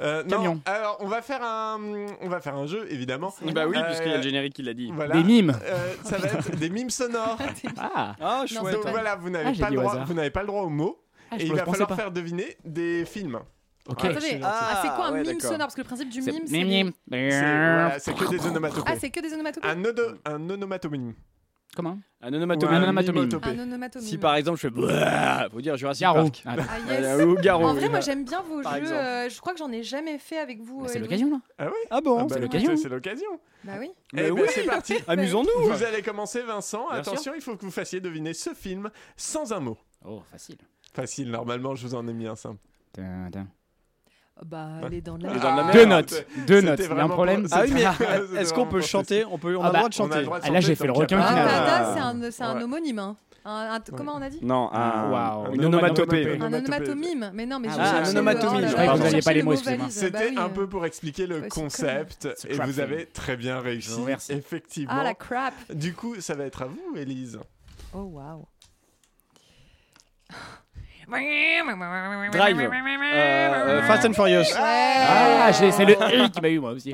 euh, non,
Camion.
alors on va faire un, on va faire un jeu évidemment.
Bah oui,
Euh,
puisqu'il y a le générique qui l'a dit.
Voilà.
Des mimes.
Euh, ça va être des mimes sonores.
Ah,
Ah,
Non,
chouette.
c'est
Donc
toi.
voilà, vous n'avez
Ah, j'ai
pas
dit
le
au
droit,
hasard.
vous n'avez pas le droit aux mots
Ah,
et
je
il
pense-
va
pensais
falloir
pas.
faire deviner des films.
Ok.
Ouais, je suis
Attendez,
gentil.
ah, c'est quoi un
ouais,
mime
d'accord.
sonore Parce que le principe du
C'est-
mime, c'est.
Mime,
des-
mime.
C'est voilà, c'est que des
Ah,
onomatopées.
c'est que des onomatopées
Un, odo, un onomatomime.
Comment
Un onomatomime.
Ouais, un onomatomime.
mimotomime.
Un onomatomime.
Si par exemple je fais Bouah faut dire Jurassic
Garou.
Park.
Ah,
Ah, yes.
Voilà, Ou Garou.
En vrai, moi j'aime bien vos
Par
jeux.
exemple.
euh, je crois que j'en ai jamais fait avec vous.
bah,
euh,
C'est
Louis.
l'occasion là.
Ah bon
Oh,
Ah bah,
l'occasion.
écoutez, C'est l'occasion.
Bah oui.
Mais
Eh ben,
oui.
c'est parti.
Amusons-nous.
Vous allez commencer, Vincent.
Bien sûr.
Attention, il faut que vous fassiez deviner ce film sans un mot.
Oh, facile.
Facile, normalement, je vous en ai mis un simple.
Dun, dun.
Bah, les dents de la
Les
mer.
dents de la mer.
Deux notes. Deux
C'était
notes. Il y a un
vraiment
problème.
pour-
Ah oui, mais
C'était vraiment
est-ce qu'on peut
pas
chanter On peut, on
Ah
a le
bah,
droit de
on a le
chanter.
droit de
Ah, là,
chanter,
j'ai fait le
donc il y a
requin
pas-
Un
qui l'a-
dada, Ah, c'est un, c'est un
Ouais.
homonyme. hein. Un- un- Comment on a dit
Non,
Ah.
un,
Waouh.
une onomatopée.
Un
Onomatopée.
onomatomime. Mais non, mais
Ah,
je
ouais.
cherchais
Ah, un
le-
onomatomime.
oh là
Je
là,
croyais que vous
cherchais
aviez pas
le
les mots,
mot
excusez-moi.
valise. Bah
C'était
oui,
un
euh.
peu pour expliquer le
Ouais, c'est
concept
C'est
et
crap
vous
film.
avez très bien réussi.
Je vous remercie.
Effectivement.
Ah, la crap.
Du coup, ça va être à vous, Élise.
Oh, waouh.
Drive. Euh, euh, Fast and Furious.
Ah, j'ai- c'est le hic qui m'a eu moi aussi.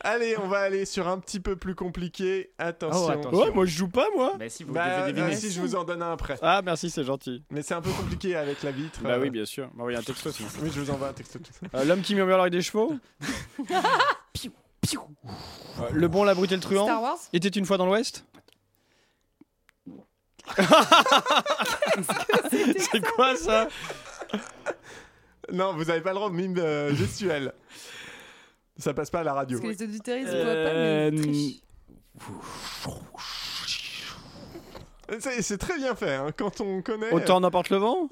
Allez, on va aller sur un petit peu plus compliqué. Attention.
Oh, attention. Ouais,
moi je joue pas moi.
Bah si, vous
Bah,
devez deviner.
si je vous en donne un après.
Ah merci, c'est gentil.
Mais c'est un peu compliqué avec la vitre.
Bah
Euh,
oui, bien sûr. Bah oui, un texto sinon.
Oui, je vous envoie un texto. tout ça.
Euh, L'homme qui murmure à l'oreille des chevaux.
Piou.
Euh, Le bon, la brute et le
Star
truand.
Wars
Était une fois dans l'Ouest. C'est quoi ça
Non, vous avez pas le droit de mime euh, gestuelle. Ça passe pas à la radio.
Parce que les auditeurs, ils se voient pas, mais
Euh,
ils trichent.
C'est c'est très bien fait hein, quand on connaît.
Autant n'importe le vent.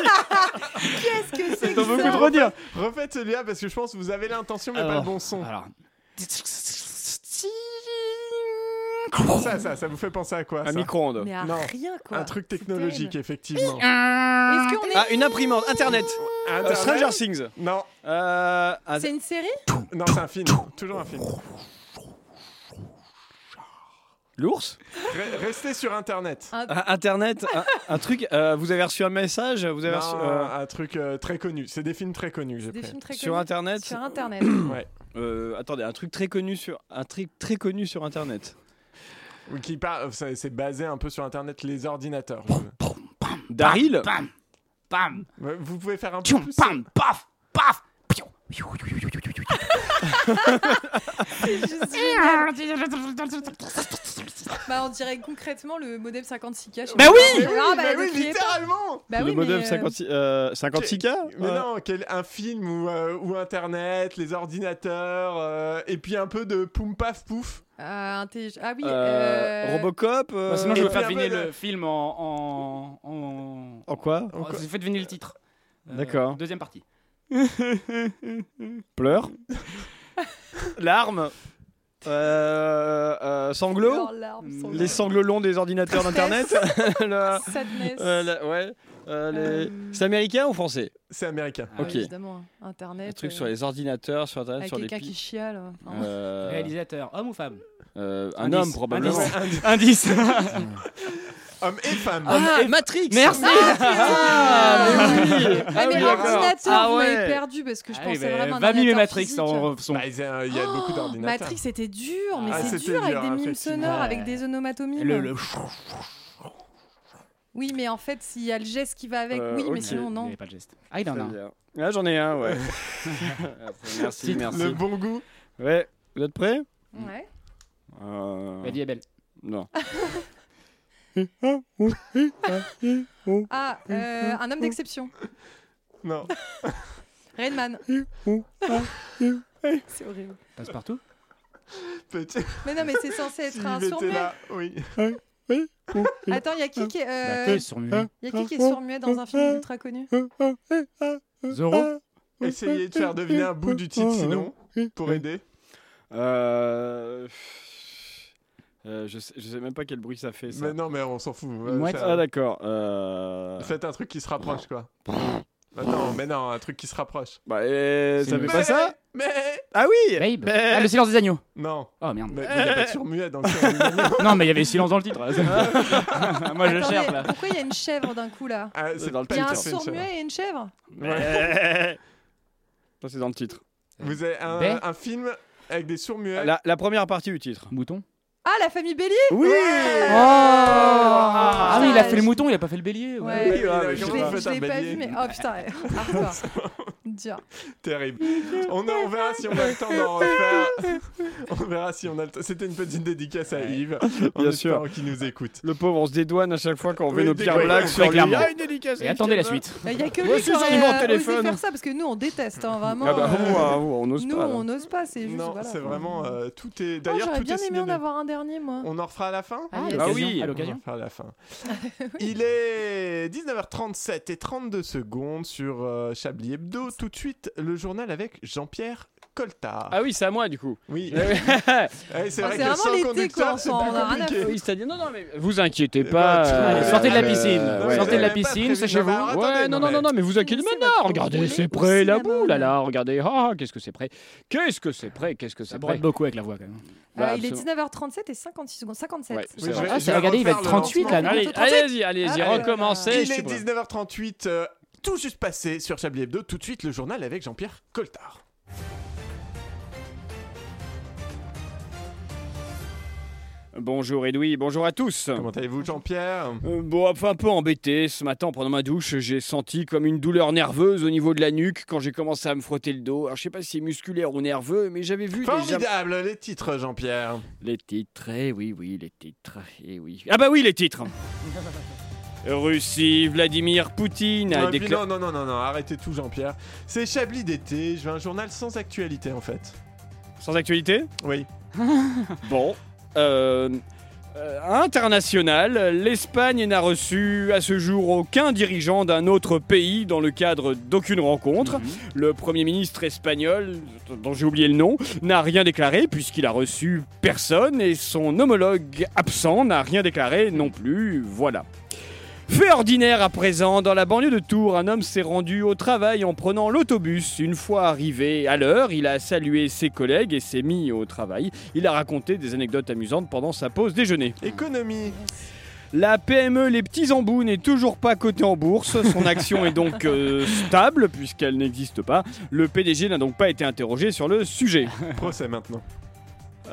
Qu'est-ce que c'est
Attends,
que
beaucoup
ça
trop dire.
Refaites celui-là parce que je pense que vous avez l'intention mais pas
Alors,
le bon son.
Alors.
Ça, ça, ça vous fait penser à quoi
Un
ça
micro-ondes.
Mais à
Non.
rien, quoi.
Un truc
Ah.
technologique, effectivement.
Est-ce qu'on est.
Ah, une imprimante, internet. Euh,
Internet
Stranger Things.
Non,
Euh, un-
Ah, C'est une série
non, c'est un film. Toujours un film.
L'ours
Re- restez sur Internet.
Un- Internet, un, un truc. euh, vous avez reçu un message Vous avez
Non,
reçu, euh,
Un truc euh, très connu. C'est des films très connus, j'ai
Des
pris.
films très
sur
connus.
Internet
Sur Internet.
Ouais.
Euh, Attendez, un truc très connu sur un truc très connu sur Internet.
Ou Qui par- euh, C'est c'est basé un peu sur Internet, les ordinateurs.
Daryl
Pam Pam
Ouais, Vous pouvez faire un peu
Tchoum
plus.
Pam Paf Paf Piou.
Juste génial. Bah, on dirait concrètement le modem 56K. chez
Bah
moi.
oui
Ah,
Mais oui,
bah,
mais
donc,
oui,
il est
littéralement
Bah
Le
oui,
modem
mais, euh,
56, euh, 56K
Mais
euh,
non, quel, un film ou, euh, ou Internet, les ordinateurs, euh, et puis un peu de poum paf pouf.
euh, intellig- Ah oui.
euh,
euh,
Robocop euh,
Bon, Sinon, je
Et
vais
puis
faire
un peu
deviner
de-
le film en. en. en.
En quoi
en- Je fais deviner le titre. Euh,
D'accord.
Deuxième partie.
Pleure Larmes euh, euh, Sanglots
leurs larmes sont
Mm. Les sanglots longs des ordinateurs d'Internet Le-
là. Sadness.
euh, la- Ouais. euh, les-
Euh,
C'est américain ou français
C'est américain.
Ah,
ok.
Évidemment, Internet.
Un truc
euh,
sur les ordinateurs, sur Internet,
Avec
sur les
quelqu'un
pi-
qui chiale. hein.
Euh,
Réalisateur, homme ou femme
euh, un
Indice,
homme probablement.
indice.
Ouais,
Indice
un- Homme et femme.
Ah, Matrix
Merci
Ah, mais oui
Ah, mais
oui, d'accord.
ordinateur,
Ah
vous m'avez
ouais.
perdu parce que je
Ah oui,
pensais
bah,
vraiment à un
Va mimer
ordinateur
Matrix
physique.
en son.
Bah, ils- euh, il y a
Oh,
beaucoup d'ordinateurs.
Matrix c'était dur, mais
Ah,
c'est
c'était
dur avec
dur,
des mimes
effectivement.
sonores,
Ouais.
avec des onomatomimes.
Le, le...
Oui, mais en fait, s'il y a le geste qui va avec,
Euh,
oui, mais
ok.
sinon,
Il n'y
non.
avait pas de geste. Ah, il en a
Très
un.
bien. Ah, j'en ai un, ouais. merci, merci.
Le bon goût.
Ouais, vous êtes prêts
Ouais.
Euh,
La vie est belle.
Non.
Ah, euh, un homme d'exception.
Non.
Rainman. c'est horrible.
Passe partout.
Petit.
Mais non, mais c'est censé être un
Il était
surmuet.
là. Oui.
Attends, il y a qui qui est, euh,
Bah, qui est sur muet Euh,
Ah.
y a qui qui est surmuet dans un film ultra connu
Zoro
essayer de faire deviner un bout du titre sinon pour aider.
Euh... euh, je, sais, je sais même pas quel bruit ça fait. Ça.
Mais non, mais on s'en fout.
Une
Euh,
mouette
ça-
Ah d'accord. Euh...
Faites un truc qui se rapproche quoi. Bah non, mais non, un truc qui se rapproche.
Bah, euh,
C'est
ça
une-
fait
Mais-
pas ça
Mais
Ah oui
Babe.
Mais-
Ah, le silence des agneaux.
non,
Oh merde.
mais il n'y a pas de surmuet dans le film.
non, mais il y avait silence dans le titre. Moi, je
Attendez,
cherche là.
Pourquoi il y a une chèvre d'un coup là
Ah, c'est
dans le
pas
Il y a
tout
un
à fait une
sourd
chèvre.
muet et une chèvre
Mais- Ça c'est dans le titre.
Vous avez un,
Ben.
un film avec des sourds muets.
La, la première partie du titre.
Mouton.
Ah, la famille Bélier
Oui
Oh
Ah,
Ah oui, il a
je-
fait le mouton, il a pas fait le bélier. ouais.
Ouais.
Oui,
ouais, mais
mais
Je
Comment
comment
l'ai-
vous faites
je
un
l'ai pas
bélier
vu, mais oh putain, hardcore. Dur.
Terrible. On, a- on verra si on a le temps d'en refaire. On verra si on a le temps. C'était une petite dédicace à Yves. En
Bien
espérant qu'il nous écoute.
Le pauvre, on se dédouane à chaque fois quand on veut
Oui,
nos pires
dédouane.
blagues sur
Très
lui.
clairement.
Ah, une dédicace,
Et
une
attendez la
petite-
suite.
Il y a que
Ouais,
lui qui
c'est ça, il m'a au
aurait euh, osé
téléphone.
faire ça parce que nous on déteste, hein, vraiment.
Ah bah,
euh,
vous, hein, vous, on n'ose
nous
pas. là.
on n'ose pas, c'est juste.
non,
voilà.
c'est vraiment. euh, tout est.
Oh,
D'ailleurs,
J'aurais
tout
bien
est
aimé en
cinéma.
avoir un dernier, moi.
On en refera à la fin
Ah,
yes.
à l'occasion,
oui.
À
On va
l'occasion.
en faire à la fin. Il est 19h37 et 32 secondes sur euh, Chablis Hebdo. Tout de suite, le journal avec Jean-Pierre Coltard.
Ah oui, c'est à moi du coup.
oui,
oui,
Eh, c'est
Ah,
vrai
c'est
que
vraiment
sans
l'été,
conducteur,
quoi,
c'est
on en a
pas
rien à
compliqué.
c'est-à-dire non non mais vous inquiétez
Eh
pas.
ben, tu-
Allez,
euh,
sortez de la
euh,
piscine.
ouais.
sortez de
j'avais
la
pas
piscine,
prévu,
c'est chez vous.
j'avais un raton
Ouais,
des
non, non, non,
manettes.
non, mais vous inquiétez
C'est
maintenant.
votre
Regardez,
poulet
c'est
au
prêt, la
cinnamon.
boule, là, là. Regardez, ah, qu'est-ce que c'est prêt. Qu'est-ce que c'est prêt, qu'est-ce que
Ça
c'est
brode
prêt.
beaucoup avec la voix quand même.
Bah,
Euh, il est
absolument.
19h37 et 56 secondes. 57.
Ouais,
Oui,
c'est
je vais-
vrai.
Ah,
je
c'est-
vais
regardez, il va
refaire
être
le
38, là,
lancement.
non
Allez,
Attends,
allez-y, allez-y,
Ah, là, là, là.
recommencez.
Il
je suis
est
prêt.
19h38, euh, tout juste passé sur Chablis Hebdo, tout de suite le journal avec Jean-Pierre Coltard.
Bonjour Edoui, bonjour à tous.
Comment allez-vous Jean-Pierre
Euh, bon, enfin, un peu embêté. Ce matin, pendant ma douche, j'ai senti comme une douleur nerveuse au niveau de la nuque quand j'ai commencé à me frotter le dos. Alors, je sais pas si c'est musculaire ou nerveux, mais j'avais vu déjà...
Formidable les titres Jean-Pierre.
Les titres, eh oui, oui, les titres, eh oui. Ah bah oui, les titres Russie, Vladimir Poutine a
Non, et puis
déclaré...
non, non, non, non, non, arrêtez tout Jean-Pierre. C'est Chablis d'été, je veux un journal sans actualité en fait.
Sans actualité
Oui.
Bon. Euh, euh, international, l'Espagne n'a reçu à ce jour aucun dirigeant d'un autre pays dans le cadre d'aucune rencontre. Le Premier ministre espagnol, dont j'ai oublié le nom, n'a rien déclaré puisqu'il a reçu personne et son homologue absent n'a rien déclaré non plus. Voilà. Fait ordinaire à présent, dans la banlieue de Tours, un homme s'est rendu au travail en prenant l'autobus. Une fois arrivé à l'heure, il a salué ses collègues et s'est mis au travail. Il a raconté des anecdotes amusantes pendant sa pause déjeuner.
Économie.
La PME Les Petits Embouts n'est toujours pas cotée en bourse. Son action est donc euh, stable puisqu'elle n'existe pas. Le PDG n'a donc pas été interrogé sur le sujet.
Procès maintenant.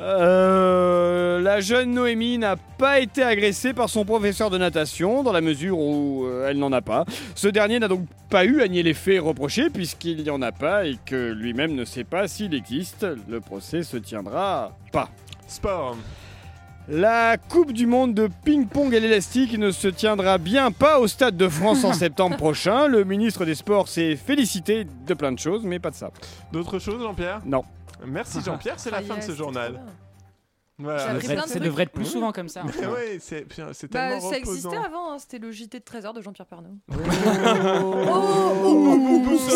Euh, la jeune Noémie n'a pas été agressée par son professeur de natation dans la mesure où euh, elle n'en a pas. Ce dernier n'a donc pas eu à nier les faits reprochés puisqu'il n'y en a pas et que lui-même ne sait pas s'il existe. Le procès se tiendra pas.
Sport.
La Coupe du Monde de ping-pong et l'élastique ne se tiendra bien pas au Stade de France en septembre prochain. Le ministre des Sports s'est félicité de plein de choses, mais pas de ça.
D'autres choses Jean-Pierre
Non.
Merci Jean-Pierre, c'est la
Ah,
fin de
yes,
ce
c'est trop
journal.
bien.
Voilà.
J'ai appris plein de
Ça
trucs.
devrait être plus souvent comme ça. hein.
Ah
Eh ouais, c'est putain, c'est tellement
Bah, ça
reposant.
existait avant, hein, c'était le JT de 13h de Jean-Pierre Pernaut.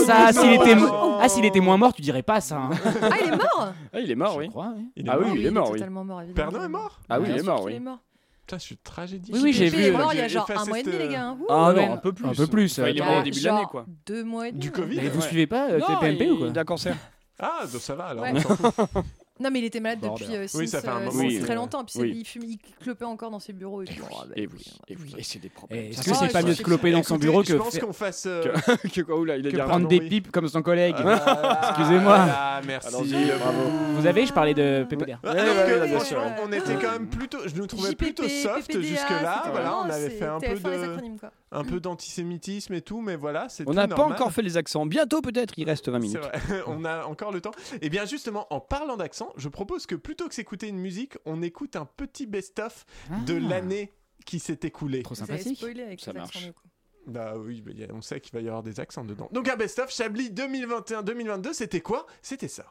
Ça, s'il était, mo-
Oh.
ah, s'il était moins mort, tu dirais pas ça. hein.
Ah, il est mort
Ah, il est mort,
Je
oui.
crois, oui.
Il est
Ah oui,
mort.
il est mort, oui.
totalement mort, évidemment.
Pernod est mort
Ah oui, il
Bien
est
Bien sûr
mort,
qu'il
oui.
est mort.
Putain, je suis tragédie.
Oui, oui, j'ai
JP
vu,
est
euh,
mort il y a
j'ai
genre un
effacé
mois et demi,
cette,
les gars. hein. Ouh.
Ah
Ouais.
non, un peu plus.
Un peu plus.
Enfin, il est
euh,
mort au
Ouais,
début de
genre
l'année, quoi.
Deux mois et demi.
Du
hein.
Covid
Mais vous
Ouais.
suivez pas euh, TPMP ou quoi
D'un cancer.
Ah, donc ça va alors.
Ouais.
on s'en fout.
Non, mais il était malade
Bordel.
depuis euh,
Oui, ça
since,
fait un
euh,
moment,
since
oui.
très longtemps. Puis c'est-
Oui.
il, fumait, il clopait encore dans ses bureaux. Et tout. Oh, bah,
Et
écoute,
oui,
hein.
et oui, et c'est des problèmes.
Eh,
Ça,
Est-ce
c'est
que
va,
c'est pas
je
mieux de
sais
cloper dans son
Écoutez,
bureau
Je
que,
pense
faire-
qu'on fasse. euh,
Que quoi, oula, il a
que
dit un-
prendre
pardon,
des
oui.
pipes comme son collègue
Ah,
Excusez-moi.
voilà, merci.
Allons-y, bravo.
Euh, Vous savez, je parlais de PPDA.
Alors
Ouais, ouais,
que,
ouais, bien
franchement,
sûr.
on était quand même plutôt, je nous trouvais
JPP,
plutôt soft
PPDA,
jusque-là.
c'était
Voilà, on
vraiment,
avait
c'est
fait un peu
TF1 les
de,
acronymes, quoi.
un peu d'antisémitisme et tout, mais voilà, c'est
On
tout
n'a pas
normal.
encore fait les accents. Bientôt, peut-être, il reste 20
C'est
minutes.
vrai, on a encore le temps. Et bien justement, en parlant d'accent, je propose que plutôt que s'écouter une musique, on écoute un petit best-of de
Ah,
l'année qui s'est écoulée.
Trop
Vous avez
sympathique.
spoilé avec
Ça
les
marche.
accents, du coup.
Bah oui, mais y a- on sait qu'il va y avoir des accents dedans. Donc un best-of Chablis 2021-2022, c'était quoi C'était ça.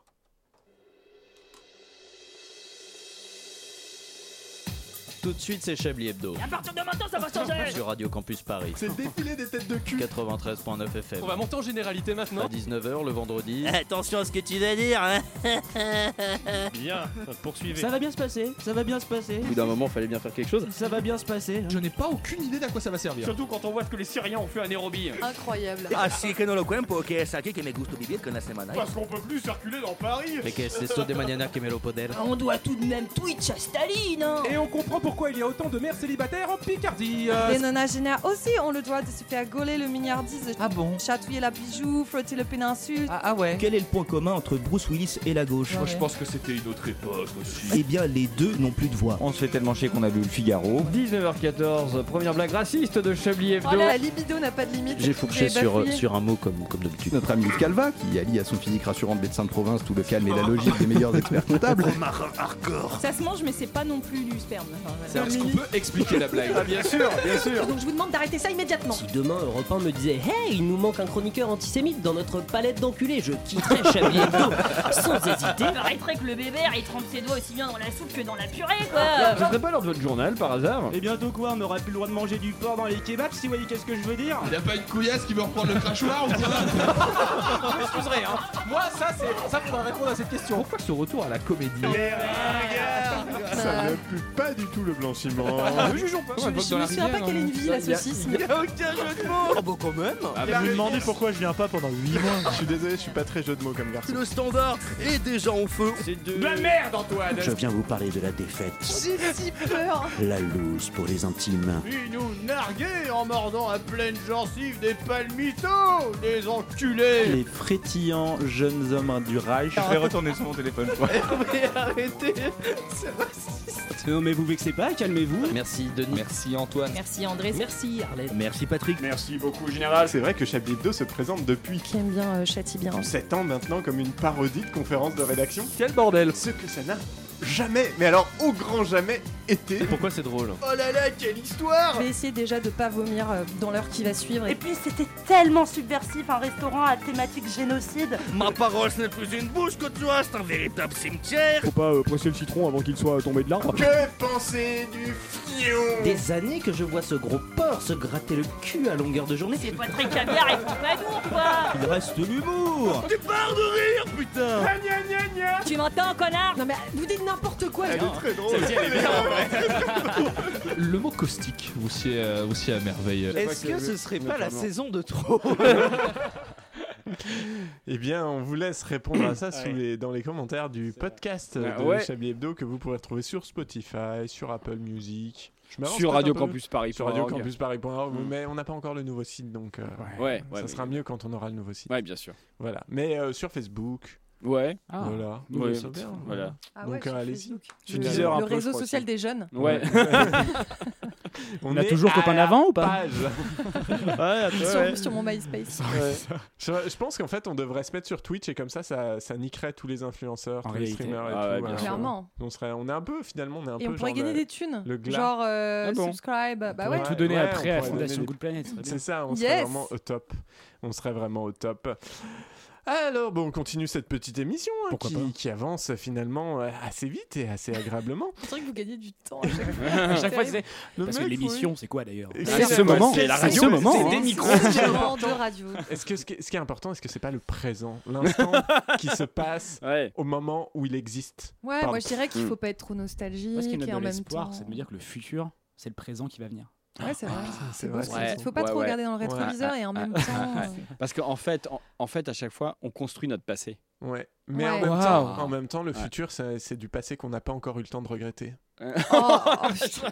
Tout de suite, c'est Chablis Hebdo.
À partir de maintenant, ça va
Sur Radio Campus Paris.
C'est le défilé des têtes de cul.
93.9 FM.
On va monter en généralité maintenant.
À 19h le vendredi.
Ah,
Attention à ce que tu vas dire. Bien, poursuivez.
Ça va bien se passer, ça va bien se passer.
Au bout d'un moment, fallait bien faire quelque chose.
Ça va bien se passer. Je n'ai pas aucune idée d'à quoi ça va servir.
Surtout quand on voit ce que les Syriens ont fait à Nairobi.
Incroyable.
Así que no lo cuento, que es aquí que me gusta vivir con la semana.
Parce qu'on peut plus circuler dans Paris.
Mais que c'est esto de mañana que me lo poder.
Ah, On doit tout de même Twitch à Staline. hein. Et on comprend pourquoi il y a autant de mères célibataires en Picardie. Euh,
Les nonagénaires aussi ont le droit de se faire gauler le mignardise.
Ah bon
Chatouiller la bijou, frotter le péninsule.
Ah, ah ouais
Quel est le point commun entre Bruce Willis et la gauche
Moi, je pense que c'était une autre époque aussi.
Eh bien, les deux n'ont plus de voix. On se fait tellement chier qu'on a lu le Figaro.
19h14, première blague raciste de Chablis Hebdo.
Oh là, la libido n'a pas de limite.
J'ai fourché
J'ai
sur,
bafouillé.
sur un mot comme, comme d'habitude.
Notre ami Yves Calva, qui allie à son physique rassurant de médecin de province tout le calme et la logique des meilleurs experts comptables.
hardcore. Ça se mange, mais c'est pas non plus du sperme. Enfin, voilà.
Est-ce qu'on peut expliquer la blague
Ah, bien sûr, bien sûr.
Donc je vous demande d'arrêter ça immédiatement.
Si demain Europe 1 me disait Hey, il nous manque un chroniqueur antisémite dans notre palette d'enculés, je quitterais Chablis Hebdo sans hésiter.
Paraîtrait que le bébé, il trempe ses doigts aussi bien dans la soupe que dans la purée, quoi.
Ah,
Ce serait pas l'heure de votre journal par hasard
Et bientôt Eh quoi, on n'aura plus le droit de manger du porc dans les kebabs, si vous voyez qu'est-ce que je veux dire
Y'a pas une couillasse qui veut reprendre le crachoir ou quoi
Vous m'excuserez, hein. Moi, ça, c'est. Ça, faudra répondre à cette question. Pourquoi ce retour à la comédie
Eh, Ça ne pue pas du tout le blanchiment.
Ah,
Ne jugeons pas.
Je- je me souviens pas qu'elle ait une vie, la saucisse.
Il a aucun jeu de mots. Ah bon, quand même.
bah,
vous vous demandez
pourquoi je viens pas pendant 8 mois. Je suis désolé, je suis pas très jeu de mots comme garçon.
Le standard est déjà au feu. C'est de
La merde, Antoine
Je viens vous parler de la défaite.
J'ai si peur.
La loose pour les intimes.
Ils nous narguaient en mordant à pleine gencive des palmitos, des enculés
Les frétillants jeunes hommes du Reich.
Je vais retourner
sur mon téléphone.
Mais arrêtez C'est raciste
Non, mais vous vexez pas, calmez-vous.
Merci Denis.
Merci Antoine.
Merci André, merci Arlette.
Merci Patrick.
Merci beaucoup, Général.
C'est vrai que Chablis Hebdo se présente depuis
Qui aime bien euh, châtie bien.
7 ans maintenant comme une parodie de conférence de rédaction.
Quel bordel
Ce que ça n'a jamais, mais alors au grand jamais été.
Pourquoi c'est drôle
Oh là là, quelle histoire
Je vais essayer déjà de pas vomir euh, dans l'heure qui va suivre.
Et puis c'était tellement subversif, un restaurant à thématique génocide.
Ma parole, ce n'est plus une bouche que tu as, c'est un véritable cimetière
Faut pas presser le citron avant qu'il soit tombé de l'arbre.
Que penser du fion
Des années que je vois ce gros porc se gratter le cul à longueur de journée.
C'est pas très caviar et pompadour, quoi.
Il reste l'humour.
Tu pars de rire, putain
Tu m'entends, connard
Non mais vous dites n'importe quoi.
Elle
là.
est très drôle.
Le mot caustique, vous s'y euh, vous s'y à merveille.
Est-ce que ce
serait
pas la
saison de trop
Eh bien, on vous laisse répondre à ça sous les- dans les commentaires du podcast
Ah
de
ouais.
Chablis Hebdo que vous pourrez retrouver sur Spotify, sur Apple Music. Je m'avance
Sur
peut-être
Radio
un peu.
Campus Paris.
Sur Radio Campus Paris.org, mais on n'a pas encore le nouveau site, donc euh,
Ouais, ouais,
ça
mais-
sera mieux quand on aura le nouveau site.
Ouais, bien sûr.
Voilà. Mais euh, sur Facebook,
Ouais.
Ah.
voilà.
Ouais,
Nouveau
c'est
site.
bien,
Voilà.
voilà.
Ah ouais,
Donc
sur
euh, allez-y.
Facebook.
Tu
Le-
disais un
le
peu, je
réseau
crois,
social des jeunes.
Ouais.
On,
a
est
toujours
à
Copain
la
d'avant ou pas
page.
ah,
Sur,
Ouais.
sur mon MySpace.
Ouais. Je, je pense qu'en fait, on devrait se mettre sur Twitch et comme ça, ça, ça niquerait tous les influenceurs,
En
tous
réalité.
les streamers et
Ah ouais,
tout.
bien
ouais.
sûr.
Clairement.
On serait, on est un peu finalement, on est un
Et
peu.
on pourrait
genre
gagner
de-
des thunes.
le glas.
Genre euh,
Ah bon
subscribe. Bah ouais.
On va tout donner
Ouais,
après à
on
la
pourrait
Fondation
donner
Good Planet. ça va bien.
C'est ça, on serait
Yes.
vraiment au top. On serait vraiment au top. Alors, bon, on continue cette petite émission hein,
Pourquoi pas.
qui, qui avance finalement euh, assez vite et assez agréablement.
C'est vrai que vous gagnez du temps. à chaque fois.
À chaque fois, c'est.
Le
Parce que
mec,
l'émission, c'est quoi d'ailleurs
oui.
C'est ce moment.
C'est la
C'est
radio,
ce moment.
c'est
hein.
des micros.
C'est un moment de radio.
Est-ce que ce qui est, ce qui est important, est-ce que c'est pas le présent, l'instant qui se passe
Ouais.
au moment où il existe
Ouais,
Pardon. Hmm.
moi je dirais qu'il faut pas être trop nostalgique
Moi, ce qui me
et
donne
en
de
même
l'espoir,
temps.
c'est de me dire que le futur, c'est le présent qui va venir.
Ouais, c'est vrai.
Ah, c'est
C'est beau.
vrai,
ce que
c'est
vous
vrai.
dites. Faut pas
Ouais,
trop
ouais.
regarder dans le rétroviseur
Ouais.
et en même
Ouais.
temps. euh,
Parce qu'en fait, en, en fait, à chaque fois, on construit notre passé.
Ouais. Mais en,
Ouais.
même
Waouh.
temps, en même temps, le
Ouais.
futur, c'est c'est du passé qu'on n'a pas encore eu le temps de regretter.
Oh, oh, putain.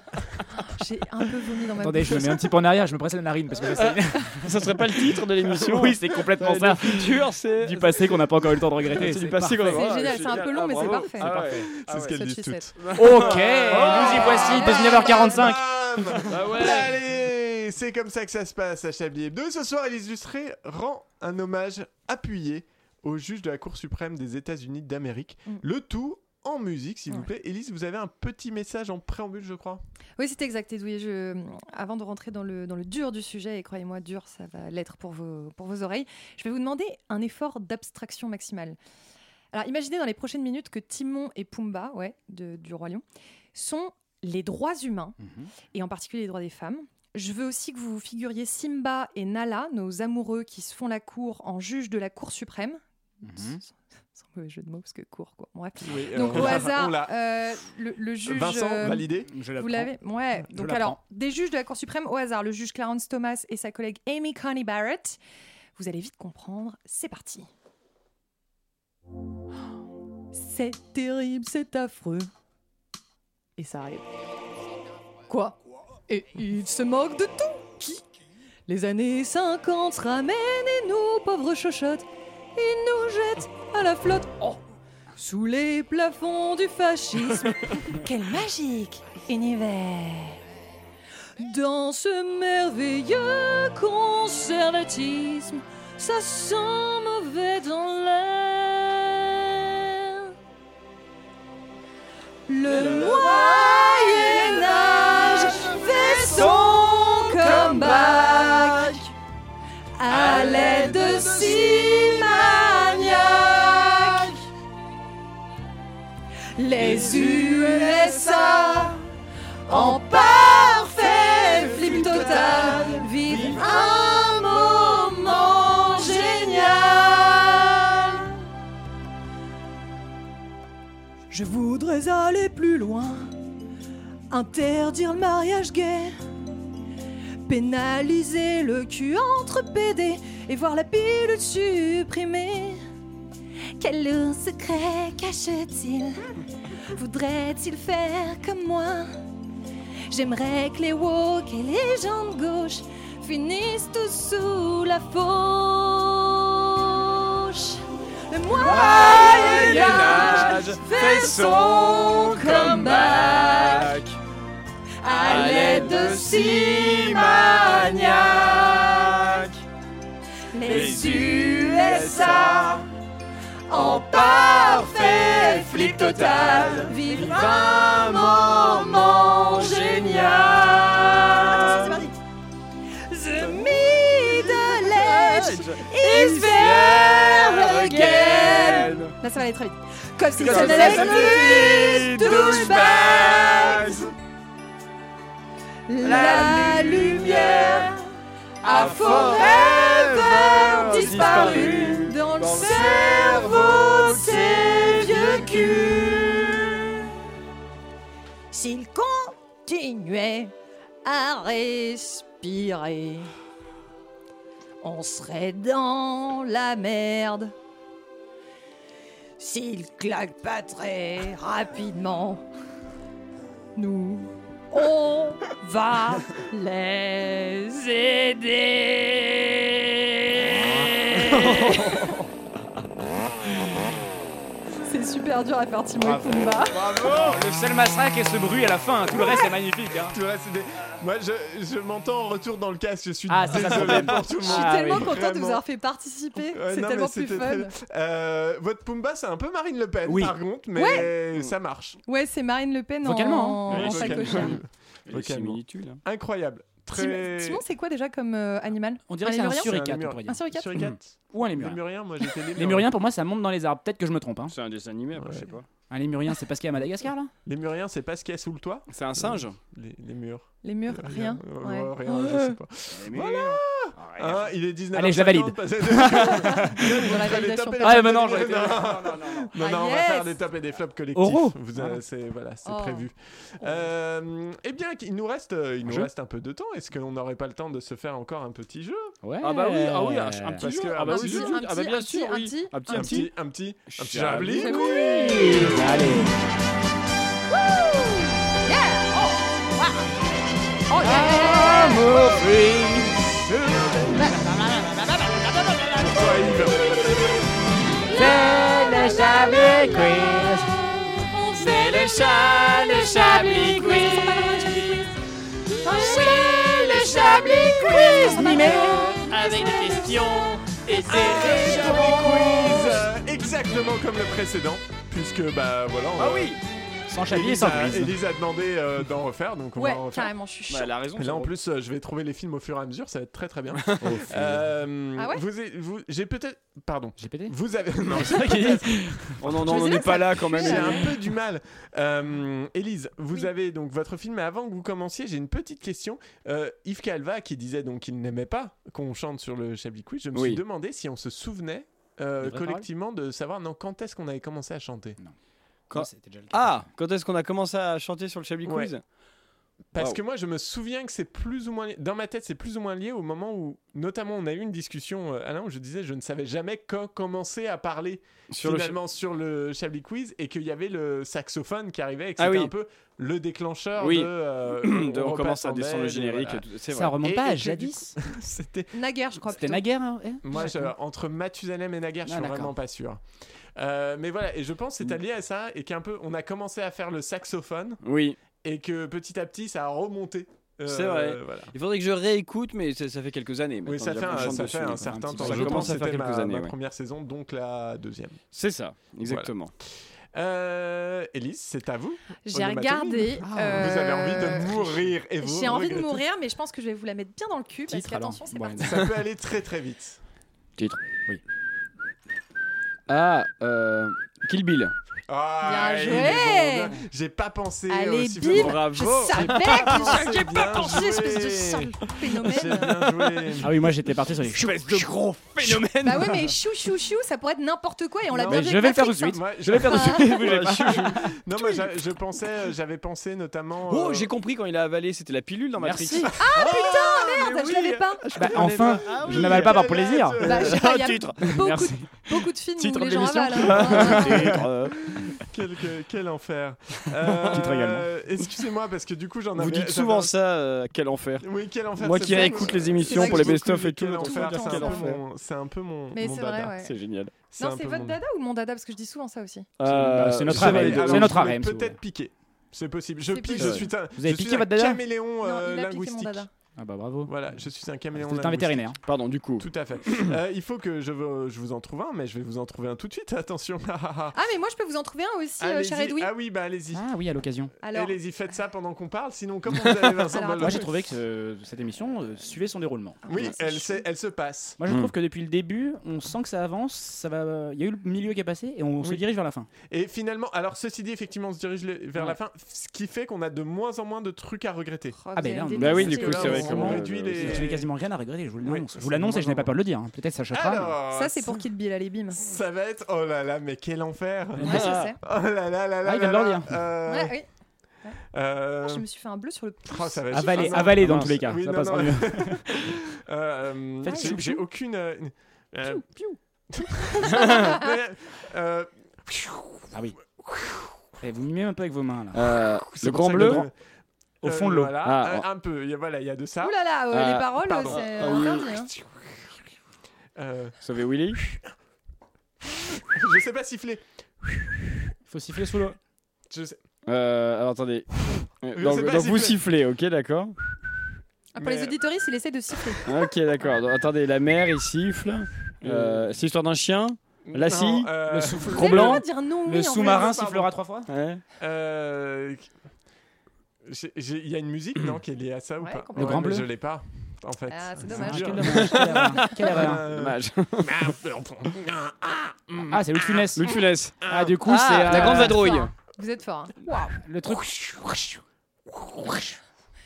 J'ai un peu vomi dans ma
Attendez,
bouche.
je me mets un petit peu en arrière, je me presse la narine parce que ça, c'est-
ça serait pas le titre de l'émission
Oui, c'est complètement
Le
ça.
futur, c'est.
Du passé qu'on n'a pas encore eu le temps de regretter.
C'est du passé qu'on a-
C'est
Ouais,
génial, c'est un peu long, mais c'est
bravo.
parfait.
Ah ouais. Ah
C'est
ouais.
ce qu'elles
Ça,
disent
tu
toutes.
Ok, nous y voici, il est 19h45. Bah
Ah ouais.
Allez, c'est comme ça que ça se passe à Chablis Hebdo. Et ce soir, les illustrés rend un hommage appuyé au juge de la Cour suprême des États-Unis d'Amérique.
Mm.
Le tout en musique, s'il vous
Ouais.
plaît. Élise, vous avez un petit message en préambule, je crois.
Oui, c'est exact, Edoui. Je... Avant de rentrer dans le, dans le dur du sujet, et croyez-moi, dur, ça va l'être pour vos, pour vos oreilles, je vais vous demander un effort d'abstraction maximale. Alors, imaginez dans les prochaines minutes que Timon et Pumba, ouais, de- du Roi Lion, sont les droits humains
Mhm.
et en particulier les droits des femmes. Je veux aussi que vous vous figuriez Simba et Nala, nos amoureux qui se font la cour en juge de la Cour suprême.
Mhm.
Sans mauvais jeu de mots, parce que court, quoi. Bref.
Oui, euh,
donc,
on
au
l'a-
hasard,
on l'a.
euh, le, le juge.
Vincent,
euh,
validé Je la
Vous
prends.
l'avez Ouais.
Je
Donc,
la
alors,
prends.
des juges de la Cour suprême, au hasard, le juge Clarence Thomas et sa collègue Amy Coney Barrett. Vous allez vite comprendre. C'est parti. C'est terrible, c'est affreux. Et ça arrive. Quoi Et il se moque de tout Qui Les années 50 se ramènent et nous, pauvres chochottes, ils nous jettent à la flotte. Oh Sous les plafonds du fascisme. Quel magique univers Dans ce merveilleux conservatisme, ça sent mauvais dans l'air. Le Moyen Âge fait son comeback à l'aide de six maniaques. Les USA en parfait flip total vivent un moment génial. Je voudrais aller plus loin, interdire le mariage gay, pénaliser le cul entre PD et voir la pilule supprimée. Quel lourd secret cache-t-il Voudrait-il faire comme moi J'aimerais que les woke et les gens de gauche finissent tous sous la fauche. Le Moyen Âge fait son comeback à l'aide de six maniaques. Les USA en parfait flip total vivent un moment génial. The Middle Age is there again. Là, ça va aller très vite. Comme si
Comme
ça
si
n'allait
ça
plus. Douchebags. La lumière a forever disparu dans le cerveau de ces vieux culs. S'ils continuaient à respirer, on serait dans la merde. S'ils claquent pas très rapidement, nous, on va les aider. C'est super dur à faire Timon et Pumba.
Bravo Le seul massacre est ce bruit à la fin, tout le reste est magnifique. hein.
Tout le reste, c'est des- Moi, je, je m'entends en retour dans le casque. Je suis
Ah, ça,
désolé
ça s'entend pas.
pour tout le
Je
monde.
suis tellement contente de vous
Ah Vraiment.
avoir fait participer.
Ouais,
c'est
non,
tellement
mais
plus
c'était
fun.
très bien. Euh, votre Pumba, c'est un peu Marine Le Pen,
Oui.
par contre, mais
Ouais.
ça marche.
Ouais, c'est Marine Le Pen en-
Vocalement,
en,
hein. Oui,
sacochère.
vocalement.
Et
Vocalement.
similitude, hein.
Incroyable.
Tim-
Très...
Timon, c'est quoi déjà comme euh, animal
On dirait que c'est un
lémurien
suricate,
lémur-
on pourrait dire.
Un suricate
Ou un lémurien.
Lémurien, moi, j'étais lémurien.
Ah, Les Muriens, pour moi, ça monte dans les arbres. Peut-être que je me trompe. hein.
C'est un dessin animé, après, je sais pas.
Un lémurien, c'est parce qu'il y a Madagascar là
Lémurien, c'est pas ce qu'il y a sous le toit
C'est un singe
les, les murs.
Les murs, rien.
euh,
Ouais.
euh, rien, je sais pas. Voilà Hein, Il est 19
Allez, je la valide.
Pour la validation.
Ouais, mais non, j'aurais été-
Non, non, non,
Ah,
non, on va
yes.
faire des tops et des flops collectifs.
Oro.
Vous,
Voilà.
euh, c'est voilà, c'est
Oh.
prévu. Euh, eh bien, il nous reste, euh, il nous
jeu
reste un peu de temps. Est-ce qu'on n'aurait pas le temps de se faire encore un petit jeu
Ouais.
Ah bah oui, ah oui, un, un petit
Parce
jeu.
que-
ah bah
un
oui,
petit-
oui, oui.
un
Ah bah
petit-
bien
un
sûr,
petit-
oui.
un petit- un petit- un petit Chablis
Chablis
Quiz.
Quiz.
Allez.
C'est le Chablis Quiz. C'est le chat, le Chablis Quiz. C'est le Chablis Quiz, Mimé. Avec des questions et
C'est le Chablis Quiz, euh, exactement comme le précédent, puisque bah voilà. on-
Ah oui
Sans Chablis et sans
Elise a-
quiz.
Elise a demandé euh, d'en refaire, donc on
Ouais,
va en refaire.
carrément, je suis
Bah, elle a chaud. raison,
Là,
ça
en
vaut.
plus, euh, je vais trouver les films au fur et à mesure, ça va être très très bien. Euh,
Ah ouais
vous, vous- j'ai peut-être. Pardon.
J'ai pété
Vous avez. Non,
C'est ça qu'il dit. Oh non, non, Je on sais, n'est pas ça là, quand même.
J'ai un
pue.
peu du mal. Euh, Élise, vous avez donc votre film, mais avant que vous commenciez, j'ai une petite question. Euh, Yves Calva qui disait donc qu'il n'aimait pas qu'on chante sur le Chablis Quiz, je me
Oui.
suis demandé si on se souvenait euh,
Des vraies
collectivement de savoir non, quand est-ce qu'on avait commencé à chanter.
Quand-
Non, c'était déjà le cas.
Ah, quand est-ce qu'on a commencé à chanter sur le Chablis Quiz
Ouais. Parce
Waouh.
que moi, je me souviens que c'est plus ou moins. li- Dans ma tête, c'est plus ou moins lié au moment où, notamment, on a eu une discussion, euh, Alain, où je disais je ne savais jamais quand commencer à parler
Sur le
finalement sur le Chablis Quiz et qu'il y avait le saxophone qui arrivait et que
Ah
c'était
oui.
un peu le déclencheur
Oui.
de. euh,
De- on
repasse
commence à
en
descendre le
bed et
générique,
voilà.
tout- c'est
bah, euh, Ça
vrai.
remonte
Et- et
pas à
que du
jadis.
C'était.
Naguère, je crois.
C'était
plutôt.
Naguère. hein, eh
Moi, je-
D'accord.
entre Mathusalem et Naguère, je
Ah,
suis
d'accord.
vraiment pas sûr. Euh, mais voilà, et je pense que c'est
Mm.
lié à ça et qu'un peu, on a commencé à faire le saxophone
Oui,
et que petit à petit, ça a remonté. Euh,
c'est vrai.
voilà.
Il faudrait que je réécoute, mais ça, ça fait quelques années.
Oui,
maintenant,
ça
déjà
fait,
qu'on
un,
chante
ça
dessus.
fait un
Ouais,
certain
petit
temps.
peu. Ça
je pense
commence
que
à faire
c'était
quelques
ma,
années.
ma
ouais.
première saison, donc la deuxième.
C'est ça, exactement.
Euh, Élise, c'est à vous.
J'ai
Onomatopée.
regardé,
Vous
euh,
avez envie de mourir et vous
J'ai envie de
regrettez.
mourir, mais je pense que je vais vous la mettre bien dans le cul parce
Titre, alors.
qu'attention, c'est
Ouais,
parti.
Ça
non.
peut aller très très vite.
Titre, oui. Ah, euh, Kill Bill.
Ah,
Bien
il
joué.
est bon, bien. J'ai pas pensé
Allez,
aussi
Bill,
Bravo.
je savais que j'ai pas
Oh, bien
pensé,
joué.
espèce de sale
J'ai
phénomène.
bien joué.
Ah oui, moi j'étais parti sur les.
Espèce de gros phénomène.
Bah ouais, mais chou chou chou, ça pourrait être n'importe quoi et on l'a
Non.
bien
Mais
vu.
je vais le
avec
faire tout de
Patrick,
suite.
Moi,
Je vais le faire tout de
bah,
suite. Bougez pas.
Non, moi j'a- je pensais, euh, j'avais pensé notamment.
Oh,
euh,
j'ai compris quand il a avalé, c'était la pilule dans Matrix.
Merci.
ça. Merde, Ah, je l'avais pas.
Bah, enfin, je n'avale pas par plaisir.
Bah, je sais pas, il y a
Titre.
beaucoup,
Merci.
de- beaucoup de films
Titre
où les
de
gens
l'émission.
avalent. hein.
Titre, euh,
Quel, que- quel enfer. Euh,
Titre également.
Excusez-moi parce que du coup j'en avais.
hein. Vous dites
j'avais
souvent
un-
ça, euh, quel enfer.
Oui, quel enfer.
Moi
c'est
qui
ça,
réécoute
mais-
les émissions
c'est
pour
vrai
les
que je
best-of et
trouve
tout,
quel
tout le
enfer,
temps,
c'est
quel
un peu
enfer.
mon- C'est un peu mon.
Mais
mon
c'est vrai,
dada.
ouais.
C'est génial.
un
Non, c'est
peu
votre
mon-
dada ou mon dada parce que je dis souvent ça aussi.
Euh,
c'est notre
je-
arrêt.
J'avais-
harem,
alors,
c'est notre
je voulais
harem, si vous
Peut-être piqué. C'est possible. Je
C'est
pique, je
possible.
suis un,
Vous avez
je suis
piqué
un
votre dada
caméléon
Non,
euh,
il a piqué mon
linguistique.
dada.
Ah bah bravo.
Voilà, je suis un caméléon
C'est un
linguistique.
vétérinaire.
Pardon, du coup.
Tout à fait. Euh, il faut que je, veux- je vous en trouve un, mais je vais vous en trouver un tout de suite. Attention.
Ah, mais moi je peux vous en trouver un aussi, euh, cher
Allez-y.
Edoui.
ah oui, bah allez-y.
Ah oui, à l'occasion.
Alors,
Allez-y, faites ça pendant qu'on parle, sinon comme vous avez Vincent
Alors,
Bolloré-
Ah,
Moi j'ai trouvé que euh, cette émission euh, suivait son déroulement.
Ah,
Oui, elle, se- elle se passe.
Moi je
Mm.
trouve que depuis le début, on sent que ça avance, ça va. Il y a eu le milieu qui est passé et on se
Oui.
dirige vers la fin.
Et finalement, alors ceci dit, effectivement, on se dirige le- vers
Ouais.
la fin, ce qui fait qu'on a de moins en moins de trucs à regretter.
Oh,
Ah,
vous
ben
allez
là,
me
on-
Bah oui, du
détester,
coup, c'est
là.
vrai euh,
on
qu'on
réduit les-
Je n'ai quasiment rien à regretter. Je vous
Oui,
l'annonce. Je vous
c'est
l'annonce et je n'ai
vraiment-
pas peur de le dire. hein. Peut-être ça choquera. mais-
Alors,
Ça, c'est pour Kill Bill, allez, bim.
Ça va être. Oh là là, mais quel enfer
Ouais, je sais.
Oh là là là là
Ah, il vient
là
de leur
là,
dire.
euh,
Ouais, oui.
euh,
Ah, Je me suis fait un bleu sur le pouce.
oh, ça va être-
Avaler,
Ah, non.
avaler dans
mince.
tous les cas.
Oui,
ça
non,
passera
non.
mieux.
Euh,
Faites
j'ai-
chou,
J'ai
chou.
aucune. euh, euh, euh,
Ah oui. Eh, vous mimez un peu avec vos mains là.
Euh,
c'est
le
pour
grand
ça que
bleu.
le grand-
Au
euh,
fond de l'eau. oh.
voilà,
Ah,
un, un peu, il y a- voilà, il y a de ça.
Ouh là là, euh,
Ah,
les paroles,
pardon.
c'est
Ah,
interdit. hein.
Euh,
Sauvez Willy.
je sais pas siffler.
Il faut siffler sous l'eau.
Je sais-
Euh, alors attendez. Euh,
Je sais
Donc,
pas
donc
si
vous
tu-
sifflez, ok, d'accord.
Ah, pour les
Mais-
auditoristes, il essaie de siffler.
Ok, d'accord. Donc, Attendez, la mère, il siffle. Euh, c'est l'histoire d'un chien. La
Non,
scie,
euh,
Le
Vous
souffle.
avez le
blanc,
droit de dire non, oui,
Le
en fait.
sous-marin
pardon.
sifflera trois fois.
Ouais.
Euh, j'ai- j'ai- Il y a une musique, non, qui est liée à ça ou
Ouais,
pas
complètement.
Le Grand
mais
Bleu
Je l'ai pas, en fait.
Ah, c'est
Ah,
dommage.
quel
dur.
dommage, quelle erreur. Quelle erreur.
Euh,
Dommage.
Ah, c'est Louis de Funès.
Louis de Funès.
Ah, du coup,
Ah,
c'est.
la grande vadrouille.
Fort, hein. Vous êtes fort. hein.
Le truc.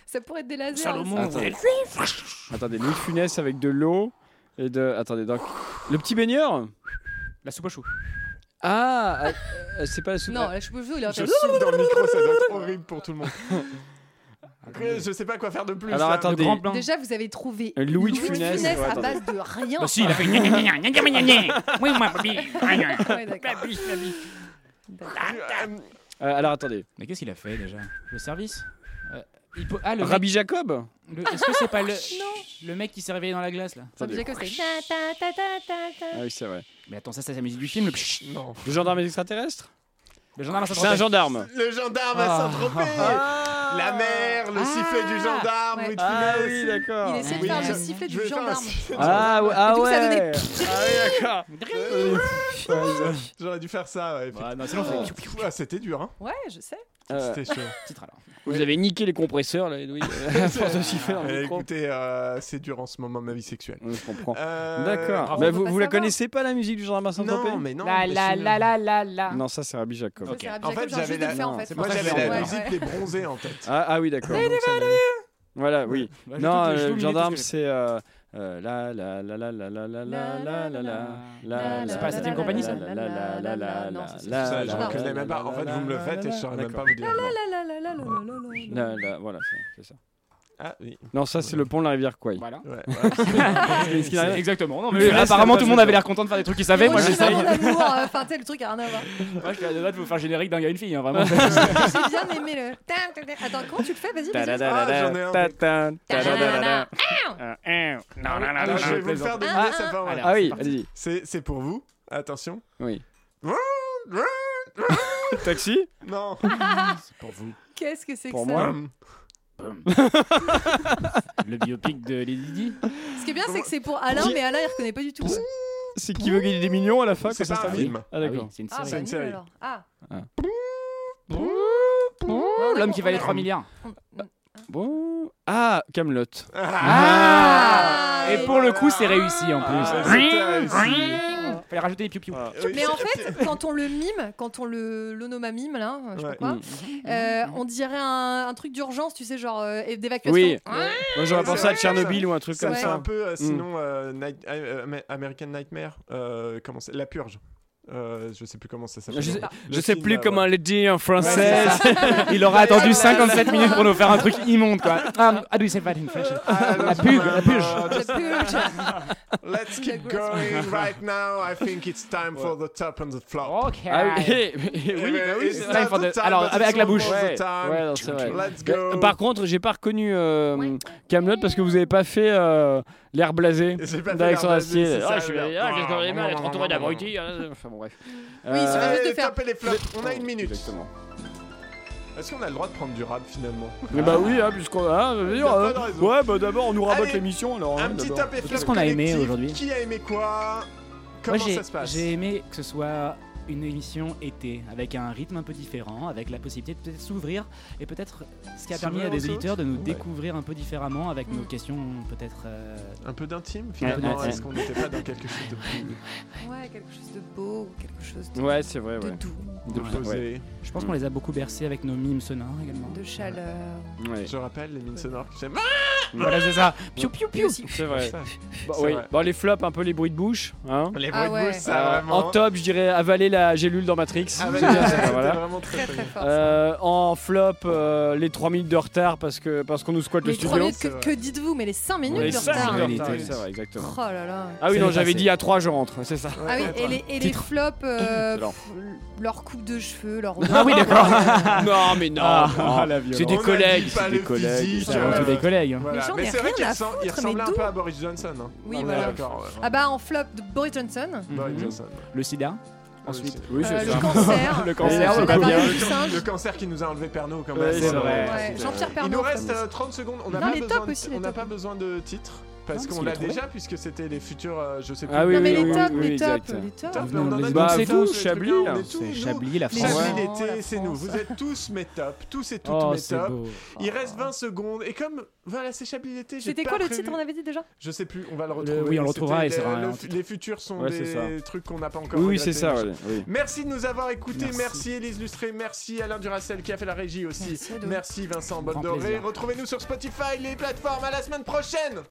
Ça pourrait être des lasers.
Salomon.
hein,
Attendez. Attendez, Louis de Funès avec de l'eau et de. Attendez, donc. Le petit baigneur
La soupe au chou.
Ah, euh, c'est pas la
ça.
soupe.
hein. Non, là, je peux jouer, il aurait
Je
fait.
souffle dans le micro, ça doit être horrible pour tout le monde. Que- Je sais pas quoi faire de plus. hein.
Alors,
là.
attendez.
Le grand blanc.
Déjà, vous avez trouvé
Euh, Louis de Funès.
Funès,
Ouais,
à
attendez.
base de rien.
Bah si, il a fait. gna, gna, gna, gna, gna, gna, gna. Oui, moi, baby. Gna, gna.
Ouais, d'accord.
Euh,
Euh, alors attendez.
Mais qu'est-ce qu'il a fait déjà Le service Euh, il peut- Ah, le.
Rabbi Jacob
mec- le- Est-ce que c'est pas le. Le mec qui s'est réveillé dans la glace là
Ça veut dire que c'est. ta, ta, ta, ta, ta, ta.
Ah oui, c'est vrai.
Mais attends, ça, c'est la musique du film. Le, psh.
Non.
Le gendarme extraterrestre
Le gendarme à
C'est un
Saint-Tropez.
gendarme.
Le gendarme à Saint-Tropez La mer, le
Ah
sifflet du gendarme,
Ouais.
Louis de
Ah
Funès.
oui, d'accord.
Il essaie de
Oui,
faire le
je-
sifflet
Je
du
vais faire un
gendarme.
sifflet du gendarme.
Ah, ouais, ah
Et du coup, ça
ouais.
donnait-
Ah oui, d'accord.
J'aurais dû faire ça. Ouais,
non, sinon, on
Ah, C'était dur, hein.
Ouais, je sais.
Euh,
C'était chaud.
Vous avez niqué les compresseurs, là, Edoui, à force de siffler dans le
Eh,
micro.
Écoutez, euh, c'est dur en ce moment ma vie sexuelle.
je comprends.
D'accord.
Bah, vous, vous la connaissez pas, la musique du Jardin Saint-Tropez
Euh, Non, mais non.
La
mais
la
si.
la la la la.
Non, ça, c'est Rabbi Jacob.
Ça, c'est Rabbi
En fait,
Jacob,
j'avais
j'ai
la,
juste fait, en fait.
moi
Ouais,
j'avais
ouais,
la
ouais.
musique des bronzés en tête.
Ah, ah oui, d'accord.
Et
donc
des
ça,
balais
Voilà, oui.
hein. Bah, je
non,
trouve que je
euh,
domine
le
les
gendarme,
deux,
c'est. euh, euh, La la la la la la la la la la la la.
C'est pas la septième compagnie, ça
La la la la la la.
Ah,
Ça,
la,
je
la,
reconnais
la,
même
la,
pas. En
la,
fait,
la,
vous me le
la,
faites
la,
et je
la,
saurais
la,
même pas vous dire.
Ah
La la, voilà, c'est- c'est ça.
Ah oui.
Non, ça, c'est le pont de la rivière Kouai.
Voilà.
Ouais,
C'est-
Ce qui n'arrive-
exactement. Non,
Le
mais
reste,
apparemment,
c'est
tout le
pas
monde avait
juste.
l'air content de faire des trucs
Ah,
qu'ils savaient. Moi,
Héros,
j'essaye.
je suis vraiment d'amour, euh, Enfin, tu sais, le truc à rien à voir.
Moi, je suis à deux doigts de vous faire générique d'un gars et une fille, hein, vraiment.
J'ai bien aimé le. Tin, tin, tin. Attends, comment tu le fais Vas-y, vas-y.
Ah, j'en ai un.
Ta-tan, ta-da-da-da.
Ah.
Ah, non, non, non,
Alors,
non,
je
non,
vais vous le faire
plaisante.
deviner, ça va. ouais.
Ah oui, allez-y.
C'est c'est pour vous. Attention.
Oui. Taxi
Non. Euh,
C'est pour vous.
Qu'est-ce que c'est que
Pour
ça
moi. Le biopic de Lady Di.
Ce qui est bien, c'est que c'est pour Alain, mais Alain, il reconnaît pas du tout.
C'est qui veut gagner des millions à la fin
C'est
comme ça,
pas
ça
un
va
film.
Ah d'accord.
c'est une
Ah, bah, nul, alors. Ah,
Oh, L'homme qui valait 3 milliards.
Bon. Ah, Camelot.
Ah Et pour le coup, c'est réussi
Ah.
en plus. Fallait rajouter des pioupiou.
Ah. Mais en fait, quand on le mime, quand on le l'onomamime là, je sais pas
Mm.
quoi, euh, on dirait un, un truc d'urgence, tu sais, genre euh, et d'évacuation.
Oui.
Ah,
Moi j'aurais
C'est
pensé
vrai
à
que
Tchernobyl ou un truc
ça
comme
fait
ça.
un peu, euh,
Mm.
sinon, euh, Night- euh, Ama- American Nightmare, euh, comment c'est La Purge. Euh, je sais plus comment ça s'appelle.
Je sais,
Le
je sais
film,
plus
euh,
comment
ouais.
le dire en français.
Ouais, c'est ça.
Il aura attendu 57 minutes pour nous faire un truc immonde quoi. Ah, ah, oui, c'est pas une flèche.
Ah,
La purge, la purge.
Let's keep going right now. I think it's time for the top and the flop.
Ok.
Ah oui, eh, mais- eh, oui, bah oui,
It's
c'est
not
vrai.
the time,
Alors
but
avec
it's
la bouche.
almost the
Ouais,
time.
ouais, non, c'est vrai.
Let's go.
Euh, Par contre, j'ai pas reconnu euh, Camelot parce que vous avez pas fait euh, l'air blasé
J'ai pas fait
d'Alexandre
l'air blasé,
Astier.
c'est ça,
Ah, je suis
l'air-
ah, qu'est-ce qu'on aurait aimé à être entouré d'abrutis. hein. Enfin bon, bref. Euh,
Allez,
de faire-
tapez les flops. On a une minute.
Exactement.
Est-ce qu'on a le droit de prendre du rap finalement
Mais bah oui, hein, puisqu'on hein, je veux dire,
Y a pas
hein.
de raison.
ouais, bah d'abord on nous rabote
Allez,
l'émission. Alors,
Un
hein,
petit
d'abord.
top et flop.
Qu'est-ce qu'on a aimé
collectif.
aujourd'hui
Qui a aimé quoi
Moi
Comment
j'ai
ça se passe
j'ai aimé que ce soit une émission été, avec un rythme un peu différent, avec la possibilité de peut-être s'ouvrir et peut-être ce qui a permis
S'ouvrir
à des
aux
éditeurs de nous
autres. Ouais.
découvrir un peu différemment avec nos questions peut-être. euh,
Un peu d'intime finalement.
Ouais,
Est-ce qu'on n'était pas dans quelque chose de plus
Ouais, quelque chose de beau, quelque chose de,
Ouais, c'est vrai,
de
ouais.
doux,
De
Ouais.
plus- ouais.
posé
Je pense qu'on les a beaucoup bercés avec nos mimes sonores également.
de chaleur.
Ouais.
Je rappelle les mines sonores que
Ah
j'aime.
Voilà, c'est ça. Piou piou
Et
piou.
aussi-
C'est vrai.
Ça,
Bah,
c'est
oui.
vrai.
Bon, les flops, un peu les bruits de bouche. Hein.
Ah
Les bruits de
ouais.
bouche, ça
Euh,
vraiment.
en top, je dirais avaler la gélule dans Matrix.
Ah ouais,
C'est bien, ça,
c'était
voilà.
vraiment très,
Très très fort. ça.
Euh, en flop, euh, les 3 minutes de retard parce que parce qu'on nous squatte le
les trois
studio.
minutes, que, que dites-vous Mais les 5 minutes
Les
de
cinq
retard.
minutes de
Réalité.
retard, oui, c'est vrai, exactement.
Oh là là.
Ah oui,
C'est
non,
passé.
j'avais dit à 3 je rentre, c'est ça.
Ah oui, et les, et les
Titre.
flops, euh, pff, leur coupe de cheveux, leur.
Ah oui, d'accord.
non, mais non.
Ah, la
c'est des
On a
collègues,
dit pas
c'est des
le
collègues.
physique,
C'est avant tout
euh,
des collègues. hein.
Voilà.
Mais j'en ai
Mais c'est vrai
rien
qu'il
à
ressemble- il
foutre, mais
ressemblait un
d'où
peu à Boris Johnson. hein.
Oui,
On est
voilà.
D'accord. ouais.
Ah bah en flop de Boris Johnson,
Boris
Mhm.
Johnson.
Le sida. Ensuite.
c'est-
Oui,
euh,
c'est
le
ça.
cancer,
Le cancer,
euh,
le
la variole
Covid.
du singe.
Le cancer qui nous a enlevé Pernod quand
Ouais,
même.
c'est vrai.
Ouais, Jean-Pierre
Il
Pernaut.
nous reste euh, 30 secondes. On n'a
Non,
pas,
les
besoin
tops
de-
aussi, les
on n'a
tops.
pas besoin de titres
Non,
parce
parce
qu'on
qu'il
l'a
est trouvé.
déjà puisque c'était les futurs. euh, je sais plus.
Ah oui,
Non mais
oui,
les
oui,
tops,
oui,
les
exact.
tops, les tops.
Top,
Bah,
on en a
donc
déjà
c'est
fait,
tout,
ce
Chablis,
truc-là, on
hein.
est tous,
C'est
nous.
Chablis, la
Chablis
France.
Ouais.
l'été,
La
c'est nous.
France.
Vous êtes tous mes tops, tous et toutes
Oh,
mes
c'est
tops.
beau.
Il reste 20 secondes et comme voilà, c'est Chablis l'été. j'ai
C'était
pas
quoi le
prévu-
titre on avait dit déjà
Je sais plus, on va le retrouver.
oui, on le
C'était
retrouvera et
les-
ça sera un
le-
titre.
Les futurs sont
Ouais, c'est
des trucs qu'on n'a pas encore.
Oui, oui,
regretté,
c'est ça.
machin.
Ah, ouais, oui.
Merci de nous avoir écoutés.
Merci.
Merci Élise Lustré. Merci Alain Duracel qui a fait la régie aussi.
Merci à
Merci,
vous.
Vincent
Grand
Boldoré.
plaisir.
Retrouvez-nous sur Spotify, les plateformes. À la semaine prochaine.